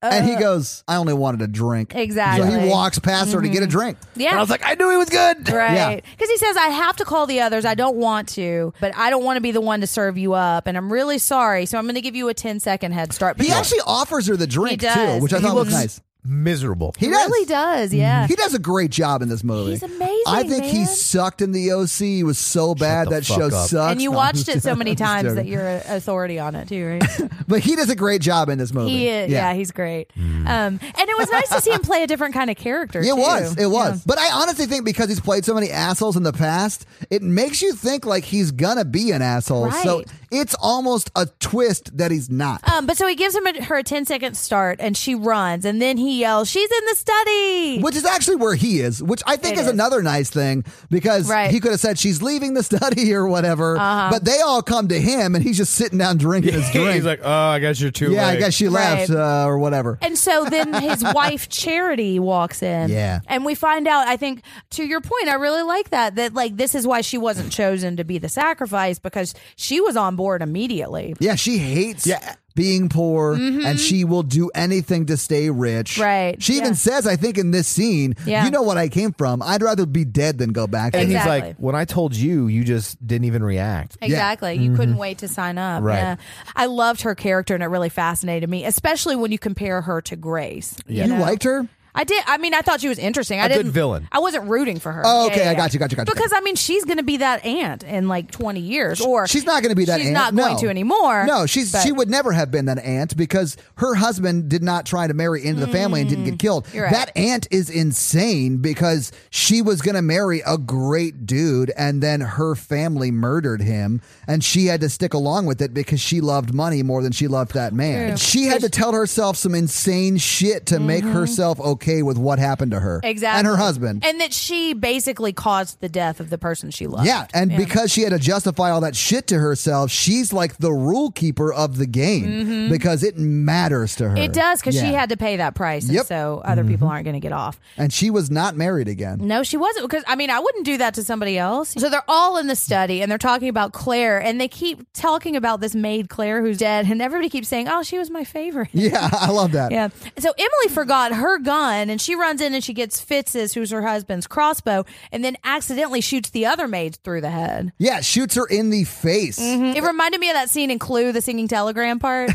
and he goes, I only wanted a drink.
uh, Exactly. Mm-hmm.
So he walks past her to get a drink.
Yeah.
And I was like, I knew he was good.
Right. Because he says, I have to call the others. I don't want to, but I don't want to be the one to serve you up. And I'm really sorry. So I'm going to give you a 10 second head start. But
He actually offers her the drink
does.
too, which I
He
thought was
looks-
nice.
Miserable.
He
he really does. Yeah.
He does a great job in this movie.
He's amazing,
I think he
man.
sucked in the OC. He was so bad
the
that
fuck
show
up.
sucks.
and you
No, I'm
watched
just
it so
joking.
many
I'm just
times that
joking.
you're an authority on it too, right?
But he does a great job in this movie.
he is, yeah. he's great. Um, and it was nice to see him play a different kind of character.
Mm. It
too.
was. It was.
Yeah.
But I honestly think because he's played so many assholes in the past, it makes you think like he's gonna be an asshole. So
Right.
it's almost a twist that he's not.
Um, but so he gives him a, her a 10 second start and she runs and then he yells, She's in the study.
which is actually where he is, which I think
It
is,
is.
another nice thing because
Right. Uh-huh.
he could have said she's leaving the study or whatever, but they all come to him and he's just sitting down drinking his drink.
He's like, oh, I guess you're too
yeah, I
late."
guess she left
Right.
uh, or whatever.
And so then his wife Charity walks in.
Yeah.
And we find out, I think, to your point, I really like that. That like this is why she wasn't chosen to be the sacrifice because she was on board immediately.
Yeah, she hates
Yeah.
being poor and she will do anything to stay rich.
Mm-hmm. Right,
She
yeah.
even says, I think, in this scene,
Yeah.
you know what I came from. I'd rather be dead than go back
And
there.
Exactly.
he's like, when I told you, you just didn't even react.
Exactly. You couldn't
Mm-hmm.
wait to sign up.
Right.
Yeah. I loved her character and it really fascinated me, especially when you compare her to Grace.
Yeah.
You
know?
liked her?
I did. I mean, I thought she was interesting. I
A good
didn't
villain.
I wasn't rooting for her.
Oh, okay, I got you, got you, got you, got
Because I mean, she's going to be that aunt in like twenty years, or
She's not going to be that
She's
aunt.
not
No.
going to anymore.
No, she's
But-
she would never have been that aunt because her husband did not try to marry into the family and didn't get killed.
Mm, you're right.
That aunt is insane because she was going to marry a great dude and then her family murdered him and she had to stick along with it because she loved money more than she loved that man.
True.
She had to tell herself some insane shit to make herself okay with what happened to her.
Mm-hmm. Exactly.
And her husband.
And that she basically caused the death of the person she loved.
Yeah, and because she had to justify all that shit to herself, she's like the rule keeper of the game because it matters to her.
Mm-hmm. It does because she
Yeah.
had to pay that price.
Yep. Mm-hmm.
And so other people aren't going to get off.
and she was not married again.
No, she wasn't because I mean, I wouldn't do that to somebody else. So they're all in the study and they're talking about Claire and they keep talking about this maid Claire who's dead and everybody keeps saying, "Oh, she was my favorite."
Yeah, I love that.
Yeah. So Emily forgot her gun and she runs in and she gets Fitz's, who's her husband's crossbow, and then accidentally shoots the other maid through the head.
Yeah, shoots her in the face.
It reminded me of that scene in Clue, the singing telegram part.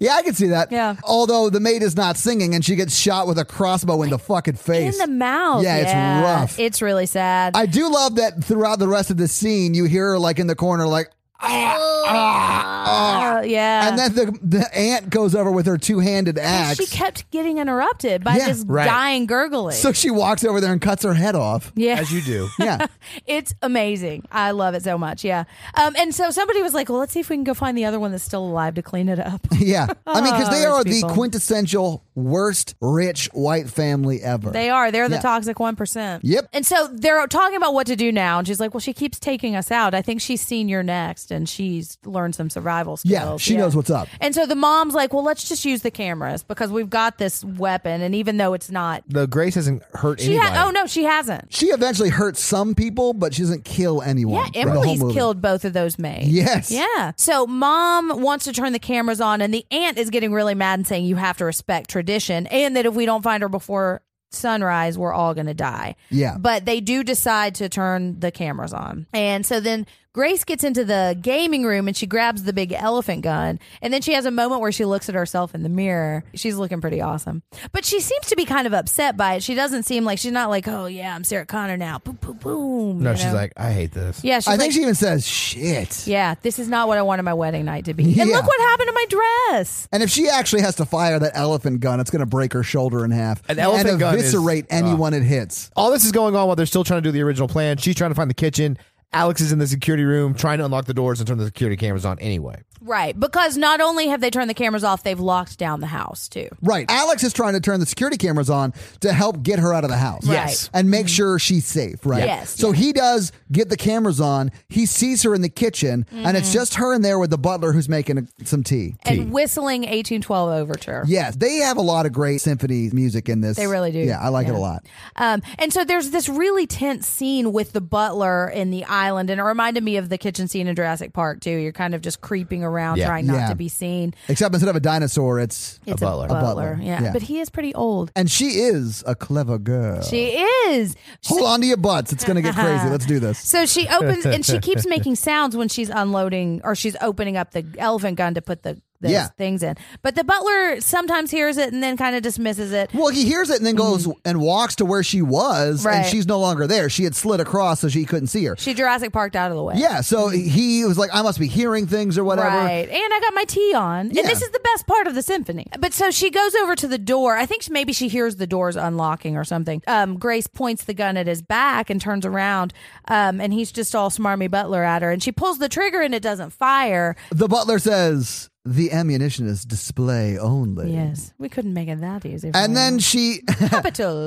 Yeah, I can see that.
Yeah.
Although the maid is not singing and she gets shot with a crossbow in the fucking face.
In the mouth.
Yeah, it's rough.
It's really sad.
I do love that throughout the rest of the scene, you hear her like in the corner, like, "Ah,
Uh, yeah.
and then the, the aunt goes over with her two handed axe.
she kept getting interrupted by
Yeah,
this
right.
dying gurgling.
so she walks over there and cuts her head off.
yeah.
As you do.
Yeah.
It's amazing. I love it so much. Yeah. Um, and so somebody was like, well, let's see if we can go find the other one that's still alive to clean it up.
Yeah. I mean, because they
Oh,
are
those
the
people.
quintessential worst rich white family ever.
They are. They're the
Yeah.
toxic 1%.
Yep.
And so they're talking about what to do now. And she's like, well, she keeps taking us out. I think she's seen your next and she's learned some survival skills.
yeah, she knows what's up.
And so the mom's like, well, let's just use the cameras because we've got this weapon. And even though it's not.
The Grace hasn't hurt
She
anybody.
ha- oh, no, she hasn't.
She eventually hurts some people, but she doesn't kill anyone.
Yeah,
for the whole
Emily's
movie.
killed both of those maids.
Yes.
Yeah. So mom wants to turn the cameras on, and the aunt is getting really mad and saying you have to respect tradition, and that if we don't find her before sunrise, we're all going to die.
Yeah.
But they do decide to turn the cameras on, and so then Grace gets into the gaming room and she grabs the big elephant gun. And then she has a moment where she looks at herself in the mirror. She's looking pretty awesome. But she seems to be kind of upset by it. She doesn't seem like she's not like, oh, yeah, I'm Sarah Connor now. Boom, boom, boom.
No,
you
she's
know?
like, I hate this.
yeah, she's
I
like,
think she even says shit.
yeah, this is not what I wanted my wedding night to be. And
Yeah.
look what happened to my dress.
And if she actually has to fire that elephant gun, it's going to break her shoulder in half
An elephant
and
gun is- uh,
eviscerate anyone it hits.
All this is going on while they're still trying to do the original plan. She's trying to find the kitchen. Alex is in the security room trying to unlock the doors and turn the security cameras on anyway.
Right, because not only have they turned the cameras off, they've locked down the house too.
Right. Alex is trying to turn the security cameras on to help get her out of the house.
Yes.
And make sure she's safe, right?
Yes.
So he does get the cameras on. He sees her in the kitchen, and it's just her in there with the butler who's making a, some tea.
Mm-hmm. And whistling 1812 Overture.
Yes, they have a lot of great symphony music in this. They
really do.
Yeah, I like it
Yeah.
a lot.
Um, and so there's this really tense scene with the butler in the island, and it reminded me of the kitchen scene in Jurassic Park too. You're kind of just creeping around,
Yeah.
trying not
Yeah.
to be seen.
Except instead of a dinosaur, it's.
It's
butler.
a
A
butler,
butler,
Yeah.
yeah.
but he is pretty old.
And she is a clever girl.
She is.
Hold on to your butts. It's going to get crazy. Let's do this.
So she opens and she keeps making sounds when she's unloading or she's opening up the elephant gun to put the, the
Yeah.
things in. But the butler sometimes hears it and then kind of dismisses it.
Well, he hears it and then goes and walks to where she was,
Mm-hmm. Right.
and she's no longer there. She had slid across so she couldn't see her.
She Jurassic Parked out of the way.
Yeah, so he was like, I must be hearing things or whatever.
Right. And I got my tea on.
Yeah.
And this is the best part of the symphony. But so she goes over to the door. I think she- maybe she hears the doors unlocking or something. Um, Grace points the gun at his back and turns around. Um, and he's just all smarmy butler at her. And she pulls the trigger and it doesn't fire.
The butler says, The ammunition is display only.
Yes. We couldn't make it that easy. for
And
her.
then she,
capital.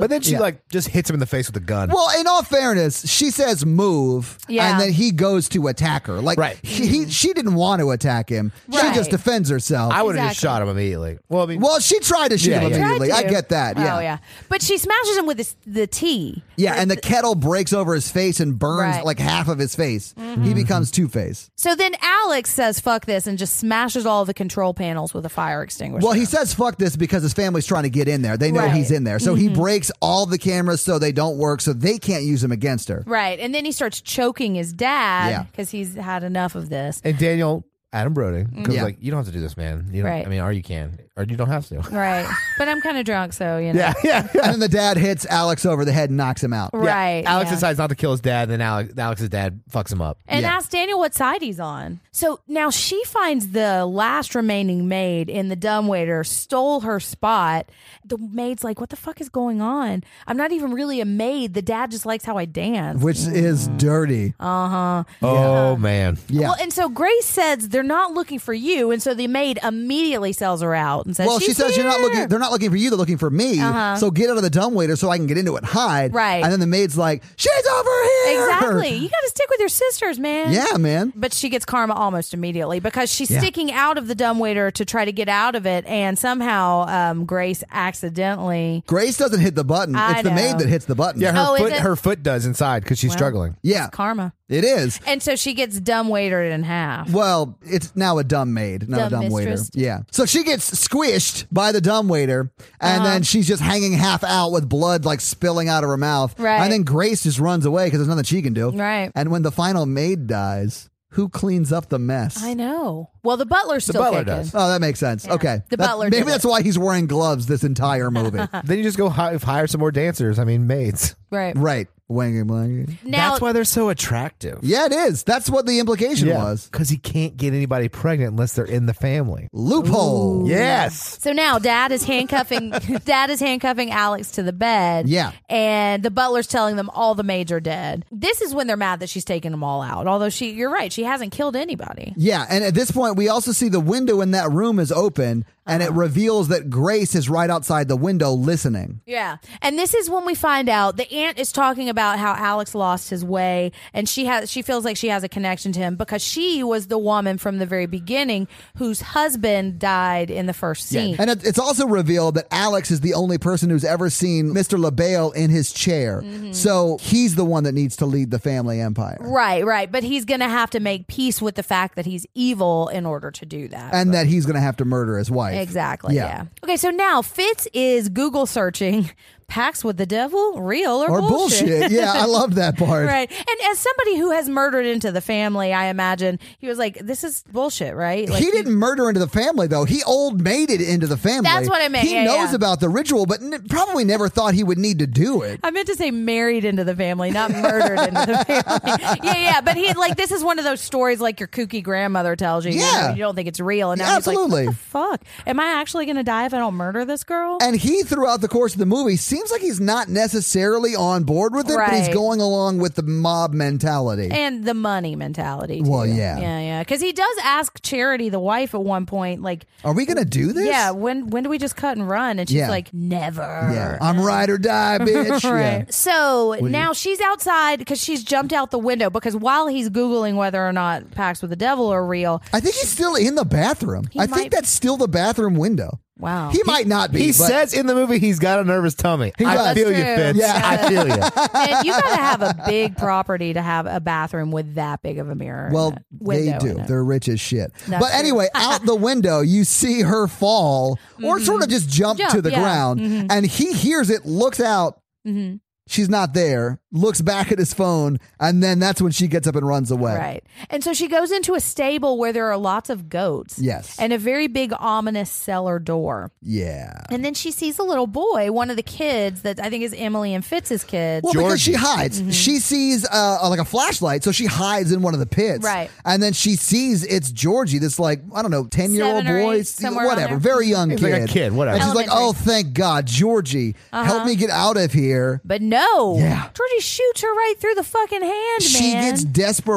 But then she like just hits him in the face with a gun.
well, in all fairness, she says move,
Yeah.
and then he goes to attack her. Like,
Right.
he, he, she didn't want to attack him.
Right.
She just defends herself.
I would have just
Exactly.
shot him immediately. Well, I mean,
well, she tried to shoot
Yeah,
him
yeah.
immediately.
Tried
I
to.
get that. Yeah.
Oh yeah. But she smashes him with this, the tea.
Yeah, and the kettle breaks over his face and burns
Right. Mm-hmm.
like half of his face. He becomes Two Face.
So then Alex says, "Fuck this," and just smashes all the control panels with a fire extinguisher.
Well, he says fuck this because his family's trying to get in there. They know
Right. Mm-hmm.
he's in there. So he breaks all the cameras so they don't work, so they can't use him against her.
Right. And then he starts choking his
Yeah.
dad because he's had enough of this.
and Daniel Adam Brody goes
Yeah.
like, "You don't have to do this, man. You don't,
Mm-hmm. Right.
I mean, or you can, or you don't have to."
Right. but I'm kind of drunk, so, you know.
yeah, yeah, yeah.
And then the dad hits Alex over the head and knocks him out.
Yeah.
Right.
Alex
yeah.
decides not to kill his dad, and then Alex, Alex's dad fucks him up.
And
Yeah.
asks Daniel what side he's on. So now she finds the last remaining maid in the dumbwaiter, stole her spot. The maid's like, What the fuck is going on? I'm not even really a maid. The dad just likes how I dance.
Which is dirty.
Oh man.
yeah.
Uh, Well, and so Grace says they're not looking for you, and so the maid immediately sells her out and says,
Well, she
"She's
says you're not
here." Uh-huh.
looking. They're not looking for you. They're looking for me. So get out of the dumbwaiter so I can get into it. Hide.
Right.
And then the maid's like, "She's over here."
Exactly. You got to stick with your sisters, man.
Yeah, man.
But she gets karma almost immediately because she's
Yeah.
sticking out of the dumbwaiter to try to get out of it, and somehow um, Grace accidentally.
Grace doesn't hit the button.
I
it's the maid
know.
that hits the button.
Yeah, her
Oh, is
foot
it-
her foot does inside because she's struggling.
Yeah.
Karma.
It is.
And so she gets dumbwaitered in half.
Well, it's now a dumb maid, not a
Dumb
dumb
mistress.
waiter. Yeah. So she gets squished by the dumb waiter, and
Uh-huh.
then she's just hanging half out with blood like spilling out of her mouth.
Right.
And then Grace just runs away because there's nothing she can do.
Right.
And when the final maid dies, who cleans up the mess?
I know. Well, the butler's still
butler
kicking.
does.
Oh, that makes sense. Okay.
The
That-
butler
Maybe
did
that's
it.
why he's wearing gloves this entire movie.
uh
Then you just go hi- hire some more dancers. I mean, maids.
Right.
right. Wangy blangy.
Now,
That's why they're so attractive.
Yeah, it is. That's what the implication was.
because he can't get anybody pregnant unless they're in the family.
Loophole.
Yes.
so now dad is handcuffing dad is handcuffing Alex to the bed.
Yeah.
And the butler's telling them all the maids are dead. This is when they're mad that she's taking them all out. Although she you're right, she hasn't killed anybody.
Yeah, and at this point, we also see the window in that room is open, and
Uh-huh.
it reveals that Grace is right outside the window listening.
Yeah. And this is when we find out the aunt is talking about how Alex lost his way and she has she feels like she has a connection to him because she was the woman from the very beginning whose husband died in the first scene.
And it, it's also revealed that Alex is the only person who's ever seen Mr. LaBelle in his chair.
Mm-hmm.
So he's the one that needs to lead the family empire.
Right, right. But he's going to have to make peace with the fact that he's evil in order to do that.
And that he's going to have to murder his wife.
Exactly.
Yeah.
Yeah. Okay, so now Fitz is Google searching Pacts with the devil, real or,
or bullshit. Yeah, I love that part.
Right. And as somebody who has murdered into the family, I imagine he was like, this is bullshit, right? Like,
he didn't murder into the family though. He old mated into the family.
That's what I meant.
He
Yeah,
knows
yeah.
about the ritual, but n- probably never thought he would need to do it.
I meant to say married into the family, not murdered into the family. Yeah, yeah. But he like this is one of those stories like your kooky grandmother tells you. You
Yeah.
know, You don't think it's real, and now
Yeah,
he's like, what
absolutely.
the fuck? Am I actually going to die if I don't murder this girl?
And he, throughout the course of the movie, seems like he's not necessarily on board with it, but he's
Right.
going along with the mob mentality.
and the money mentality. Too.
Well, yeah.
yeah, yeah. Because he does ask Charity, the wife, at one point, like,
Are we going to do this?
yeah, when when do we just cut and run? And she's
Yeah.
like, never.
Yeah. I'm ride or die, bitch. Yeah.
Right. So now she's outside because she's jumped out the window because while he's googling whether or not pacts with the devil are real,
I think he's still in the bathroom. I think
might-
that's still the bathroom window.
wow,
He, might not be.
He
but
says in the movie he's got a nervous tummy. I
does.
feel you,
That's true.
Fitz.
Yeah.
I feel you.
Man, you gotta have a big property to have a bathroom with that big of a mirror. in
Well,
it.
they
Window
do.
in it.
They're rich as shit.
That's
but anyway, out the window, you see her fall or sort of just Mm-hmm. jump, Mm-hmm.
Jump,
to the
yeah.
ground. And he hears it, looks out. Mm-hmm. She's not there, looks back at his phone. And then that's when she gets up and runs away.
Right. And so she goes into a stable where there are lots of goats.
Yes.
And a very big ominous cellar door.
Yeah.
And then she sees a little boy, one of the kids that I think is Emily and Fitz's kids.
Well, because
George-
she hides. She sees uh, uh, like a flashlight, so she hides in one of the pits.
Right.
And then she sees it's Georgie, this like, I don't know, 10 year old
Seven or
boy,
eight, somewhere around
whatever,
there.
very young
He's
kid. Uh-huh.
like a kid, whatever.
And she's like, oh,
Elementary.
thank God, Georgie, help me get out of here.
but no.
Yeah.
Georgie shoots her right through the fucking hand,
She
man.
gets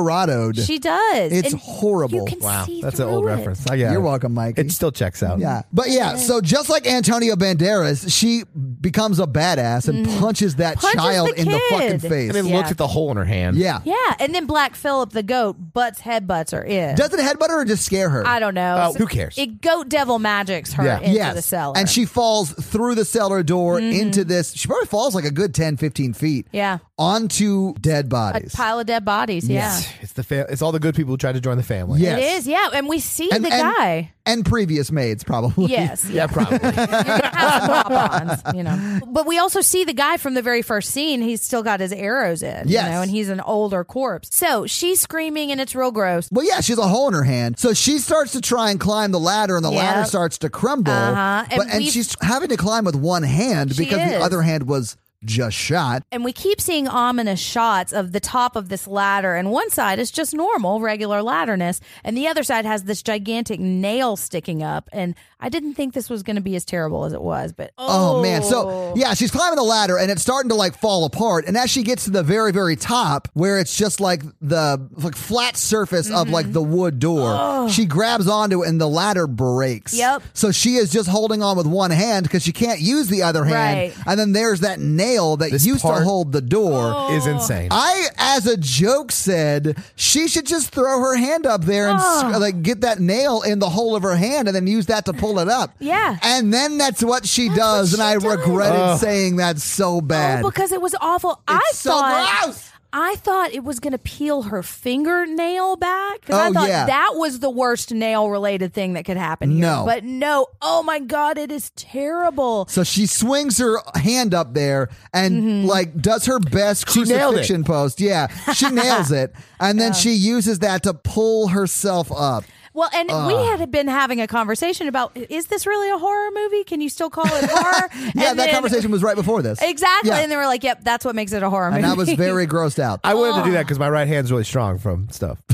desperadoed.
she does.
It's
And
horrible.
You can
Wow.
see
That's an
through
old
it.
reference. I got
You're
it.
welcome, Mikey.
It still checks out.
yeah. But yeah, so just like Antonio Banderas, she becomes a badass and punches that
Mm-hmm. Punches
child
the
in the fucking
kid.
face.
And then
Yeah.
looks at the hole in her hand.
yeah.
Yeah. And then Black Phillip the goat butts headbutts her in.
Does it headbutt her or just scare her?
I don't know.
Oh,
So-
who cares?
It goat devil magics her
Yeah.
into
yes.
the cellar. Mm-hmm.
And she falls through the cellar door into this. She probably falls like a good 10, 15 feet.
Yeah.
Onto dead bodies.
pile of dead bodies. Yeah.
It's the fa- it's all the good people who tried to join the family.
Yeah.
It
Yes.
is, yeah. And we see
And-
the
and-
guy.
And previous maids, probably.
Yes.
Yeah, probably.
Your house prop-ons, you know. But we also see the guy from the very first scene. He's still got his arrows in.
Yes.
You know, and he's an older corpse. So she's screaming and it's real gross.
Well, yeah, she has a hole in her hand. So she starts to try and climb the ladder, and the
Yep.
ladder starts to crumble.
Uh-huh. And
But, and
we've-
she's having to climb with one hand
She
because the
is.
other hand was just shot.
And we keep seeing ominous shots of the top of this ladder. And one side is just normal, regular ladderness. And the other side has this gigantic nail sticking up. And I didn't think this was going to be as terrible as it was. But oh,
Oh, man. So, yeah, she's climbing the ladder and it's starting to like fall apart. And as she gets to the very, very top where it's just like the like flat surface of like
Mm-hmm.
the wood door, she grabs onto it and the ladder breaks.
Oh. Yep.
So she is just holding on with one hand because she can't use the other hand.
Right.
And then there's that nail that
This
used to
part-
hold the door.
Oh.
is insane.
I, as a joke, said she should just throw her hand up there and
Ah.
sc- like get that nail in the hole of her hand and then use that to pull it up.
Yeah.
And then that's what she does,
what
and
she
I
does.
regretted saying that so bad.
Oh, because it was awful. I
It's so
thought
gross.
I thought it was going to peel her fingernail back because I
Oh,
thought
yeah.
that was the worst nail related thing that could happen. Here.
No.
but no. Oh my god, it is terrible.
so she swings her hand up there and
Mm-hmm.
like does her best
nailed it.
crucifixion post. Yeah, she nails it, and then she uses that to pull herself up.
Well, and we had been having a conversation about is this really a horror movie? Can you still call it horror?
Yeah,
And
that
then-
conversation was right before this.
Exactly,
Yeah.
and Um, they were like, "Yep, that's what makes it a horror
and
movie."
I was very grossed out.
I wanted to do
Oh.
that because my right hand's really strong from stuff.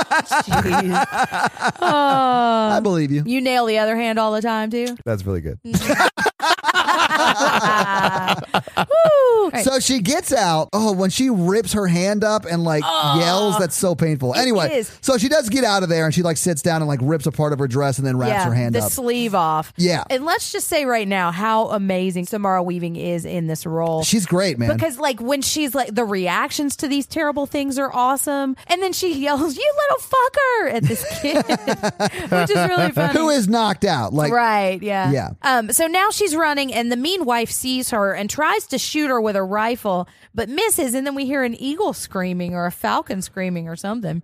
Jeez.
I believe you.
you nail the other hand all the time too.
That's really good.
Woo.
So she gets out. Oh, when she rips her hand up and like yells, that's so painful. Anyway,
is.
so she does get out of there and she like sits down and like rips a part of her dress and then wraps her hand
the
up.
sleeve off.
Yeah.
And let's just say right now how amazing Samara Weaving is in this role.
She's great, man.
because like when she's like the reactions to these terrible things are awesome, and then she yells, "You little fucker!" at this kid, which is really funny.
Who is knocked out? Like
Right, yeah.
Yeah.
Um, so now she's running, and the mean wife sees her and tries to shoot her with a rifle, but misses. And then we hear an eagle screaming or a falcon screaming or something.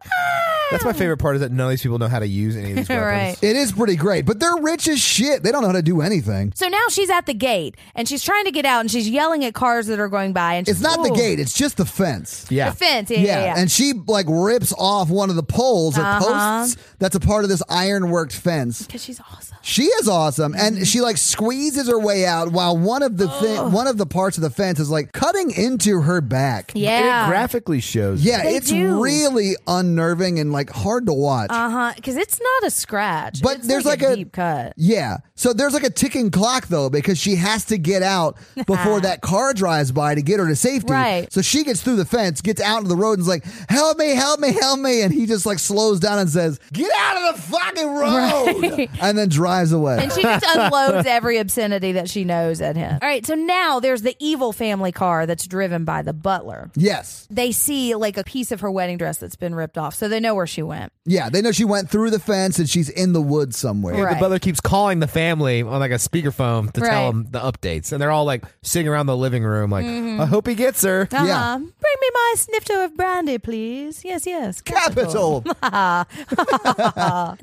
That's my favorite part is that none of these people know how to use any of these weapons.
Right.
It is pretty great, but they're rich as shit. They don't know how to do anything.
So now she's at the gate and she's trying to get out and she's yelling at cars that are going by. And she's,
It's not the
"Ooh."
gate, it's just the fence.
Yeah.
The fence. Yeah,
Yeah,
yeah, yeah.
and she like rips off one of the poles or
Uh-huh.
posts that's a part of this ironworked fence.
'Cause she's awesome.
She is awesome,
Mm-hmm.
and she like squeezes her way out while one of
Oh.
the thi- one of the parts of the fence is like cutting into her back.
Yeah.
And it graphically shows.
Yeah,
They
it's
do.
really unnerving and like hard to watch.
uh huh. Because it's not a scratch,
But
It's
there's
a,
like a-
deep cut.
Yeah. So there's like a ticking clock though, because she has to get out before that car drives by to get her to safety.
Right.
So she gets through the fence, gets out into the road, and's like, "Help me! Help me! Help me!" And he just like slows down and says, "Get out of the fucking road!" And then drives away.
And she just unloads every obscenity that she knows at him. All right, so now there's the evil family car that's driven by the butler.
Yes.
They see like a piece of her wedding dress that's been ripped off, so they know where she went.
Yeah. They know she went through the fence and she's in the woods somewhere.
Right.
The brother keeps calling the family on like a speakerphone to
Right.
tell them the updates, and they're all like sitting around the living room, like,
Mm-hmm.
"I hope he gets her."
Uh-huh.
Yeah.
Bring me my snifter of brandy, please. Yes, yes.
Capital.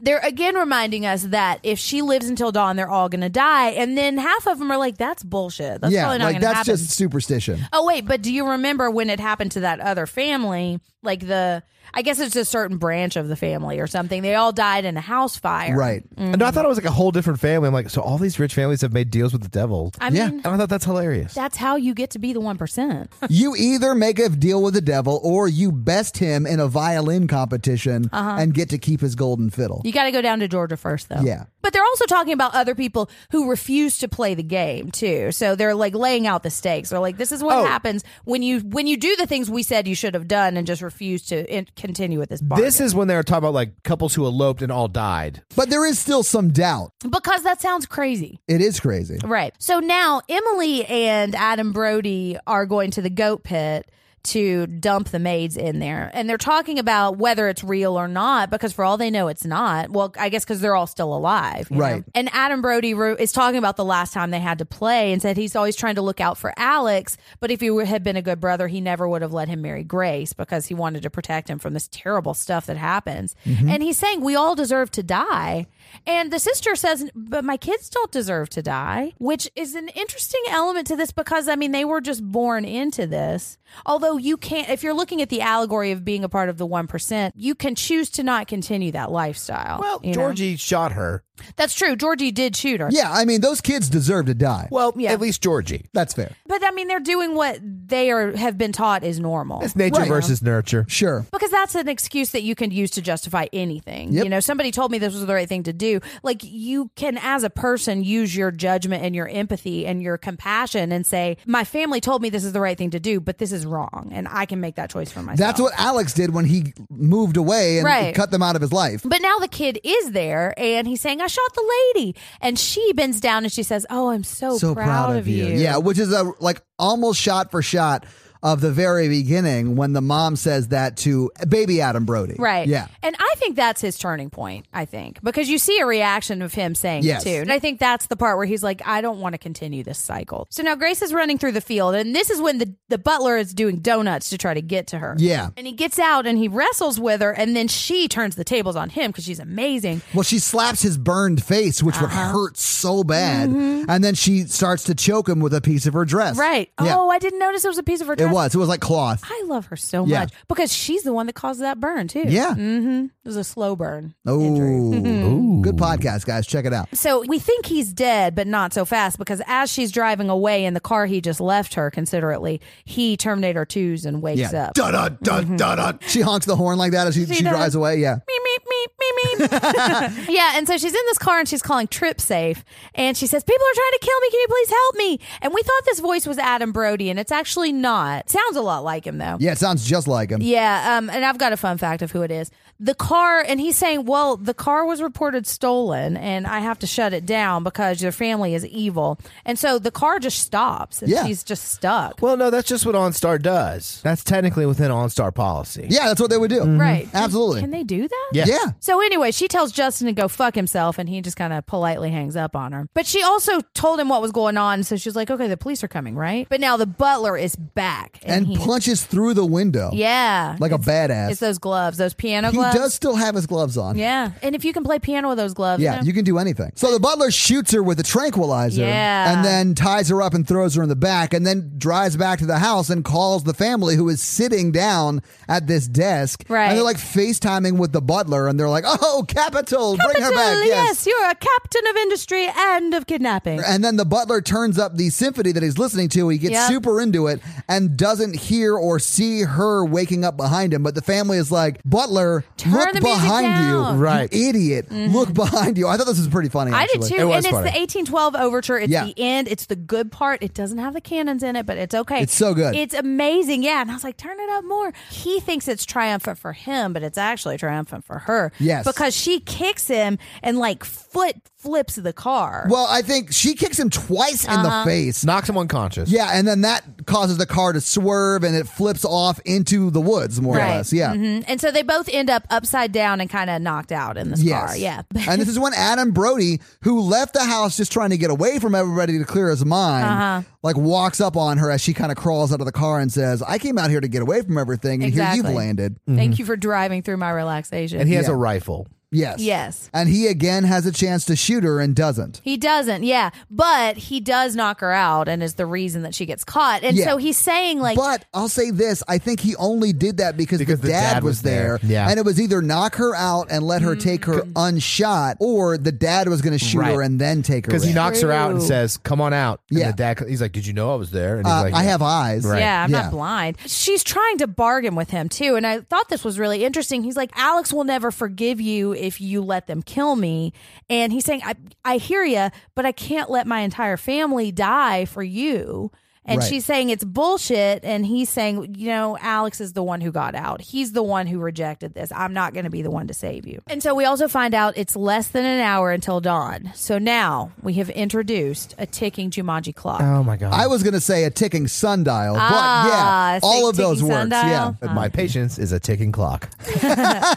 They're again reminding us that if she lives until dawn, they're all going to die. And then half of them are like, that's bullshit. That's
yeah.
probably not
Like
going to
that's
happen.
just superstition.
Oh wait, but do you remember when it happened to that other family? Like the, I guess it's a certain branch of the family or something. They all died in a house fire,
Right.
No, I
Mm-hmm.
thought it was like a whole different family. I'm like, so all these rich families have made deals with the devil.
I
Yeah.
mean,
and I thought that's hilarious.
that's how you get to be the one percent.
You either make a deal with the devil or you best him in a violin competition and get to keep his golden fiddle.
Uh-huh. You got to go down to Georgia first, though.
Yeah.
But they're also talking about other people who refuse to play the game too. So they're like laying out the stakes. They're like, this is what
Oh.
happens when you when you do the things we said you should have done and just refuse to in- continue with this bargain.
This is when they were talking about like couples who eloped and all died.
But there is still some doubt.
because that sounds crazy.
It is crazy.
Right. So now Emily and Adam Brody are going to the goat pit to dump the maids in there. And they're talking about whether it's real or not because for all they know it's not. Well, I guess cuz they're all still alive, you know?
Right.
And Adam Brody ro- is talking about the last time they had to play and said he's always trying to look out for Alex, but if he were- had been a good brother, he never would have let him marry Grace because he wanted to protect him from this terrible stuff that happens. And he's saying we all deserve to die. And the sister says, but my kids don't deserve to die, which is an interesting element to this because, I mean, they were just born into this. Although you can't, if you're looking at the allegory of being a part of the 1%, you can choose to not continue that lifestyle.
Well,
you know?
Georgie shot her.
That's true. Georgie did shoot her.
Yeah, I mean, those kids deserve to die.
Well,
Yeah.
at least Georgie.
That's fair.
But I mean, they're doing what they are have been taught is normal.
It's nature
Right.
versus nurture.
Sure.
Because that's an excuse that you can use to justify anything.
Yep.
You know, somebody told me this was the right thing to do. Like, you can, as a person, use your judgment and your empathy and your compassion and say, My family told me this is the right thing to do, but this is wrong. And I can make that choice for myself.
That's what Alex did when he moved away and
Right.
cut them out of his life.
But now the kid is there and he's saying, I shot the lady. And she bends down and she says, Oh, I'm so,
So proud, of you. Yeah, which is a like almost shot for shot of the very beginning when the mom says that to baby Adam Brody.
Right.
Yeah.
And I think that's his turning point, I think, because you see a reaction of him saying
Yes.
it too. And I think that's the part where he's like, I don't want to continue this cycle. So now Grace is running through the field, and this is when the, the butler is doing donuts to try to get to her.
Yeah.
And he gets out and he wrestles with her, and then she turns the tables on him because she's amazing.
Well, she slaps his burned face, which would
Uh-huh.
hurt so bad. And then she starts to choke him with a piece of her dress.
Mm-hmm. Right.
Yeah.
Oh, I didn't notice it was a piece of her
It
dress.
was. It was like cloth.
I love her so
Yeah.
much because she's the one that caused that burn too.
Yeah.
It was a slow burn. injury.
Oh. Good podcast, guys. Check it out.
So we think he's dead, but not so fast because as she's driving away in the car he just left her considerately, he Terminator 2s and wakes
Yeah.
up. Mm-hmm.
Da da da da da. She honks the horn like that as she, she
does.
drives away. Yeah.
Meep, meep, meep, meep, meep. yeah, and so she's in this car and she's calling Trip Safe and she says, People are trying to kill me. Can you please help me? And we thought this voice was Adam Brody and it's actually not. Sounds a lot like him though.
Yeah, it sounds just like him.
Yeah, um, and I've got a fun fact of who it is. The car, and he's saying, "Well, the car was reported stolen, and I have to shut it down because your family is evil." And so the car just stops, and
Yeah.
she's just stuck.
Well, no, that's just what OnStar does. That's technically within OnStar policy.
Yeah, that's what they would do.
Right?
mm-hmm. Absolutely.
Can they do that?
Yes.
Yeah.
So anyway, she tells Justin to go fuck himself, and he just kind of politely hangs up on her. But she also told him what was going on, so she's like, "Okay, the police are coming, right?" But now the butler is back,
And
he,
punches through the window.
yeah,
Like a
It's-
badass.
It's those gloves, those piano
he
gloves. gloves.
does still have his gloves on.
Yeah, and if you can play piano with those gloves,
Yeah,
you know,
you can do anything. So the butler shoots her with a tranquilizer
Yeah.
and then ties her up and throws her in the back and then drives back to the house and calls the family who is sitting down at this desk.
Right.
And they're like FaceTiming with the butler and they're like, oh, capital, bring her back.
Capital, yes, you're a captain of industry and of kidnapping.
And then the butler turns up the symphony that he's listening to. He gets
Yep.
super into it and doesn't hear or see her waking up behind him. But the family is like, Butler,
Turn
look
the music
behind
down." Mm-hmm.
you.
Right.
You idiot. Look behind you. I thought this was pretty funny.
I
actually.
did too,
It was
and it's
funny.
the 1812 overture. It's
Yeah.
the end. It's the good part. It doesn't have the cannons in it, but it's okay.
It's so good.
It's amazing. Yeah, and I was like, turn it up more. He thinks it's triumphant for him, but it's actually triumphant for her.
Yes.
because she kicks him and like foot flips the car.
Well, I think she kicks him twice in
Uh-huh.
the face.
Knocks him unconscious.
Yeah, and then that causes the car to swerve and it flips off into the woods, more
Right.
or less. Yeah.
Mhm. And so they both end up upside down and kind of knocked out in this
Yes.
car. Yeah.
and this is when Adam Brody, who left the house just trying to get away from everybody to clear his mind,
Uh-huh.
like walks up on her as she kind of crawls out of the car and says, I came out here to get away from everything, and here
Exactly.
you've landed.
Thank you for driving through my relaxation.
And he has
Yeah.
a rifle.
Yes.
Yes.
And he again has a chance to shoot her and doesn't.
He doesn't, yeah. But he does knock her out and is the reason that she gets caught. And
Yeah.
so he's saying, like,
But I'll say this: I think he only did that because,
Because
the, dad, was there,
Yeah.
and it was either knock her out and let
Mm,
her take her unshot, or the dad was going to shoot
Right.
her and then take her.
Because he
in.
knocks her out and
True.
says, Come on out. And
Yeah.
the dad, he's like, Did you know I was there? And he's
Uh,
like,
I have eyes.
Right.
Yeah, I'm
Yeah.
not blind. She's trying to bargain with him too. And I thought this was really interesting. He's like, Alex will never forgive you if you let them kill me. And he's saying, I, I hear you, but I can't let my entire family die for you. And
Right.
she's saying it's bullshit. And he's saying, you know, Alex is the one who got out. He's the one who rejected this. I'm not going to be the one to save you. And so we also find out it's less than an hour until dawn. So now we have introduced a ticking Jumanji clock.
Oh my God.
I was going to say a ticking sundial,
Ah,
but yeah, all of
ticking
those works.
sundial.
Yeah.
My patience is a ticking clock.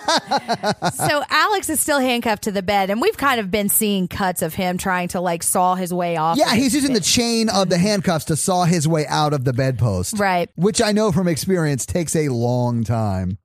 so Alex is still handcuffed to the bed, and we've kind of been seeing cuts of him trying to like saw his way off.
Yeah,
of
he's
this
using the chain of the handcuffs to saw his way out of the bedpost.
Right.
Which I know from experience takes a long time.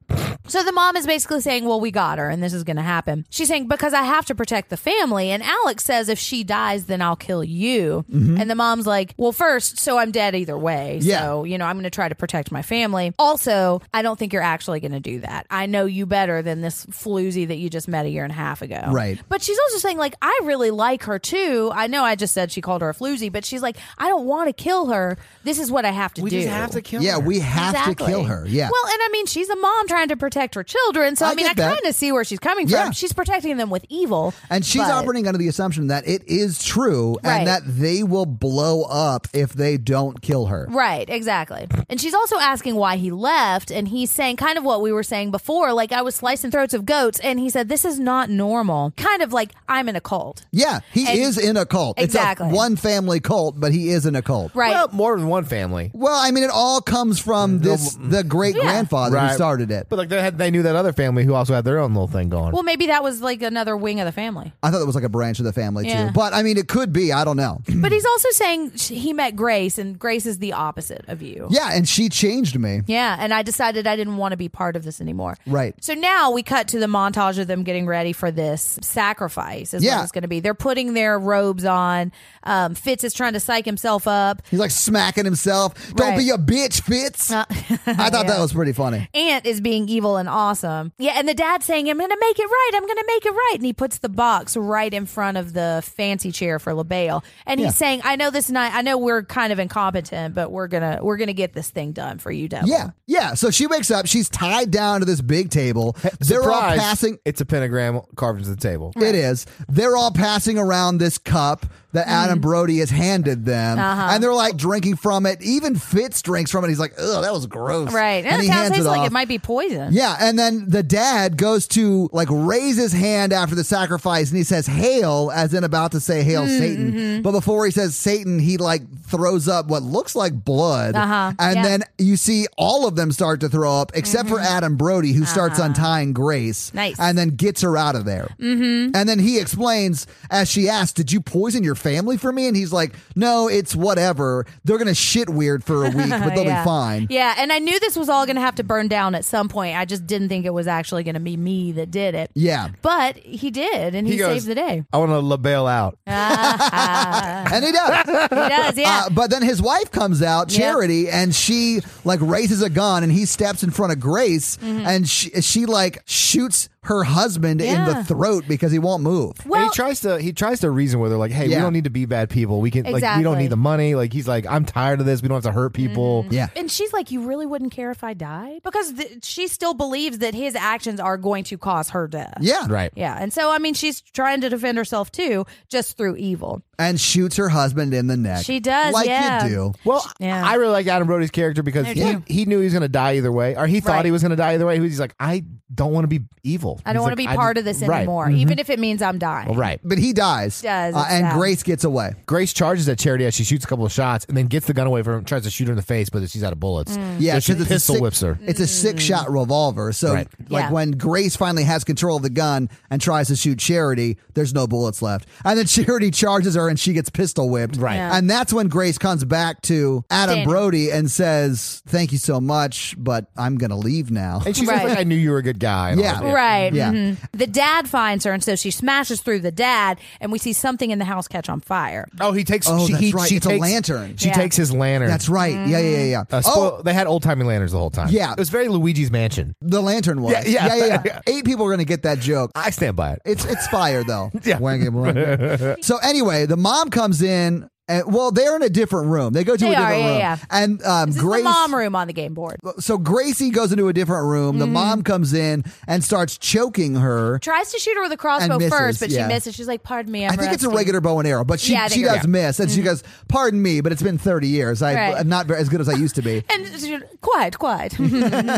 So the mom is basically saying, Well, we got her and this is going to happen. She's saying, Because I have to protect the family. And Alex says, If she dies, then I'll kill you. And the mom's like, Well, first, so I'm dead either way. So, you know, I'm going to try to protect my family. Also, I don't think you're actually going to do that. I know you better than this floozy that you just met a year and a half ago.
Right.
But she's also saying, like, I really like her too. I know I just said she called her a floozy, but she's like, I don't want to kill her. This is what I have to do.
kill
Yeah, we have
Exactly.
to kill her. Yeah.
Well, and I mean, she's a mom trying to protect her children, so I,
I
mean, I
get that.
kind of see where she's coming
Yeah.
from. She's protecting them with evil,
And she's
but-
operating under the assumption that it is true
Right.
and that they will blow up if they don't kill her.
Right, exactly. And she's also asking why he left, and he's saying kind of what we were saying before. Like I was slicing throats of goats, and he said, "This is not normal." Kind of like I'm in a cult,
Yeah, he
And-
is in a cult.
Exactly.
It's a one family cult, but he is in a cult.
right?
Well, more than one family.
Well, I mean, it all comes from this the great grandfather
Mm, Right.
who started it.
But like they had, they knew that other family who also had their own little thing going.
well, maybe that was like another wing of the family.
I thought it was like a branch of the family
Yeah.
too. But I mean, it could be. I don't know.
But he's also saying sh- he met Grace, and Grace is the opposite of you.
yeah, and she changed me.
Yeah, and I decided I didn't want to be part of this anymore.
Right.
So now we cut to the montage of them getting ready for this sacrifice. Is
Yeah.
what it's going to be. They're putting their robes on. Um, Fitz is trying to psych himself up.
He's like smacking himself. Don't
Right. Uh,
be a bitch, Fitz. I thought that was pretty funny.
Aunt is being evil and awesome. Yeah, and the dad's saying, "I'm going to make it right. I'm going to make it right." And he puts the box right in front of the fancy chair for LaBelle, and he's
Yeah.
saying, "I know this night. I know we're kind of incompetent, but we're gonna we're gonna get this thing done for you, devil."
Yeah, yeah. So she wakes up. She's tied down to this big table. They're all
Surprise,
passing.
It's a pentagram carved into the table.
It is. They're all passing around this cup that
Mm-hmm.
Adam Brody has handed them,
Uh-huh.
and they're like drinking from it. Even Fitz drinks from it. He's like, "Ugh, that was gross."
Right, and,
and
it
he
kind of
hands
tastes
it
like
off.
it might be poison.
yeah, and then the dad goes to like raise his hand after the sacrifice, and he says "Hail," as in about to say "Hail
Hmm, mm-hmm.
Satan," but before he says Satan, he like throws up what looks like blood,
Uh-huh.
and
Yeah. Mm-hmm.
then you see all of them start to throw up, except for Adam Brody, who starts untying Grace,
Uh-huh. Nice. Mm-hmm.
and then gets her out of there. And then he explains as she asks, "Did you poison your family for me? And he's like, no, it's whatever. They're going to shit weird for a week, but they'll
yeah.
be fine.
Yeah, and I knew this was all going to have to burn down at some point. I just didn't think it was actually going to be me that did it.
Yeah.
But he did, and he,
goes,
saved the day.
I want to label out.
And he does.
He does, yeah.
Uh, but then his wife comes out,
Yeah.
Charity, and she like raises a gun, and he steps in front of Grace,
Mm-hmm.
and she, she like shoots her husband in
Yeah.
the throat because he won't move.
well,
and he tries to he tries to reason with her like, hey,
Yeah.
we don't need to be bad people. We can like we don't
Exactly. Mm-hmm.
need the money. Like he's like, I'm tired of this. We don't have to hurt people.
Yeah,
and she's like, "You really wouldn't care if I died?" Because th- she still believes that his actions are going to cause her death.
yeah,
Right.
Yeah, and so I mean, she's trying to defend herself too, just through evil.
And shoots her husband in the neck.
She does,
like
yeah.
you do.
Well,
Yeah.
I really like Adam Brody's character because
I do
he,
too.
he knew he was going to die either way, or he thought
Right.
he was going to die either way. He's like, I don't want to be evil.
I don't want to be part of this anymore,
Mm-hmm.
even if it means I'm dying.
Right.
But he dies.
Does,
Uh,
it's
and
sad.
Grace gets away.
Grace charges at Charity as she shoots a couple of shots and then gets the gun away from him, tries to shoot her in the face, but she's out of
Mm.
bullets.
Yeah,
so she
'cause it's a
pistol
sick-
whips her.
It's a six shot revolver. So,
Mm. Right.
like,
Yeah.
when Grace finally has control of the gun and tries to shoot Charity, there's no bullets left. And then Charity charges her and she gets pistol whipped.
Right. Yeah.
And that's when Grace comes back to Adam
Daniel.
Brody and says, Thank you so much, but I'm going to leave now.
And she's
Right.
like, I knew you were a good guy. and all
Yeah.
that.
Right.
Yeah.
mhm. The dad finds her, and so she smashes through the dad, and we see something in the house catch on fire.
Oh, he takes.
Oh,
she,
that's
he,
right.
She
It's a
takes,
lantern.
She
Yeah.
takes his lantern.
That's right. Yeah, yeah, yeah. yeah. oh,
Uh, spoil- they had old timey lanterns the whole time.
Yeah.
it was very Luigi's Mansion.
the lantern was.
Yeah, yeah.
yeah, yeah. Eight people are going to get that joke.
I stand by it.
It's it's fire though.
Yeah.
Wang it, wang it. so anyway, the mom comes in. And, well, they're in a different room. They go to a
They
different
are, yeah,
room.
yeah.
And um,
This
Grace.
is the mom room on the game board.
so Gracie goes into a different room.
Mm-hmm.
The mom comes in and starts choking her.
Tries to shoot her with a crossbow
misses,
first, but
yeah.
she misses. She's like, "Pardon me." I'm
I think it's a
rusty."
regular bow and arrow, but she,
Yeah, I
she
think- Mm-hmm.
does
Yeah.
miss. And she goes, Pardon me, but it's been 30 years. I,
Right.
I'm not very, as good as I used to be.
And she- quiet, quiet,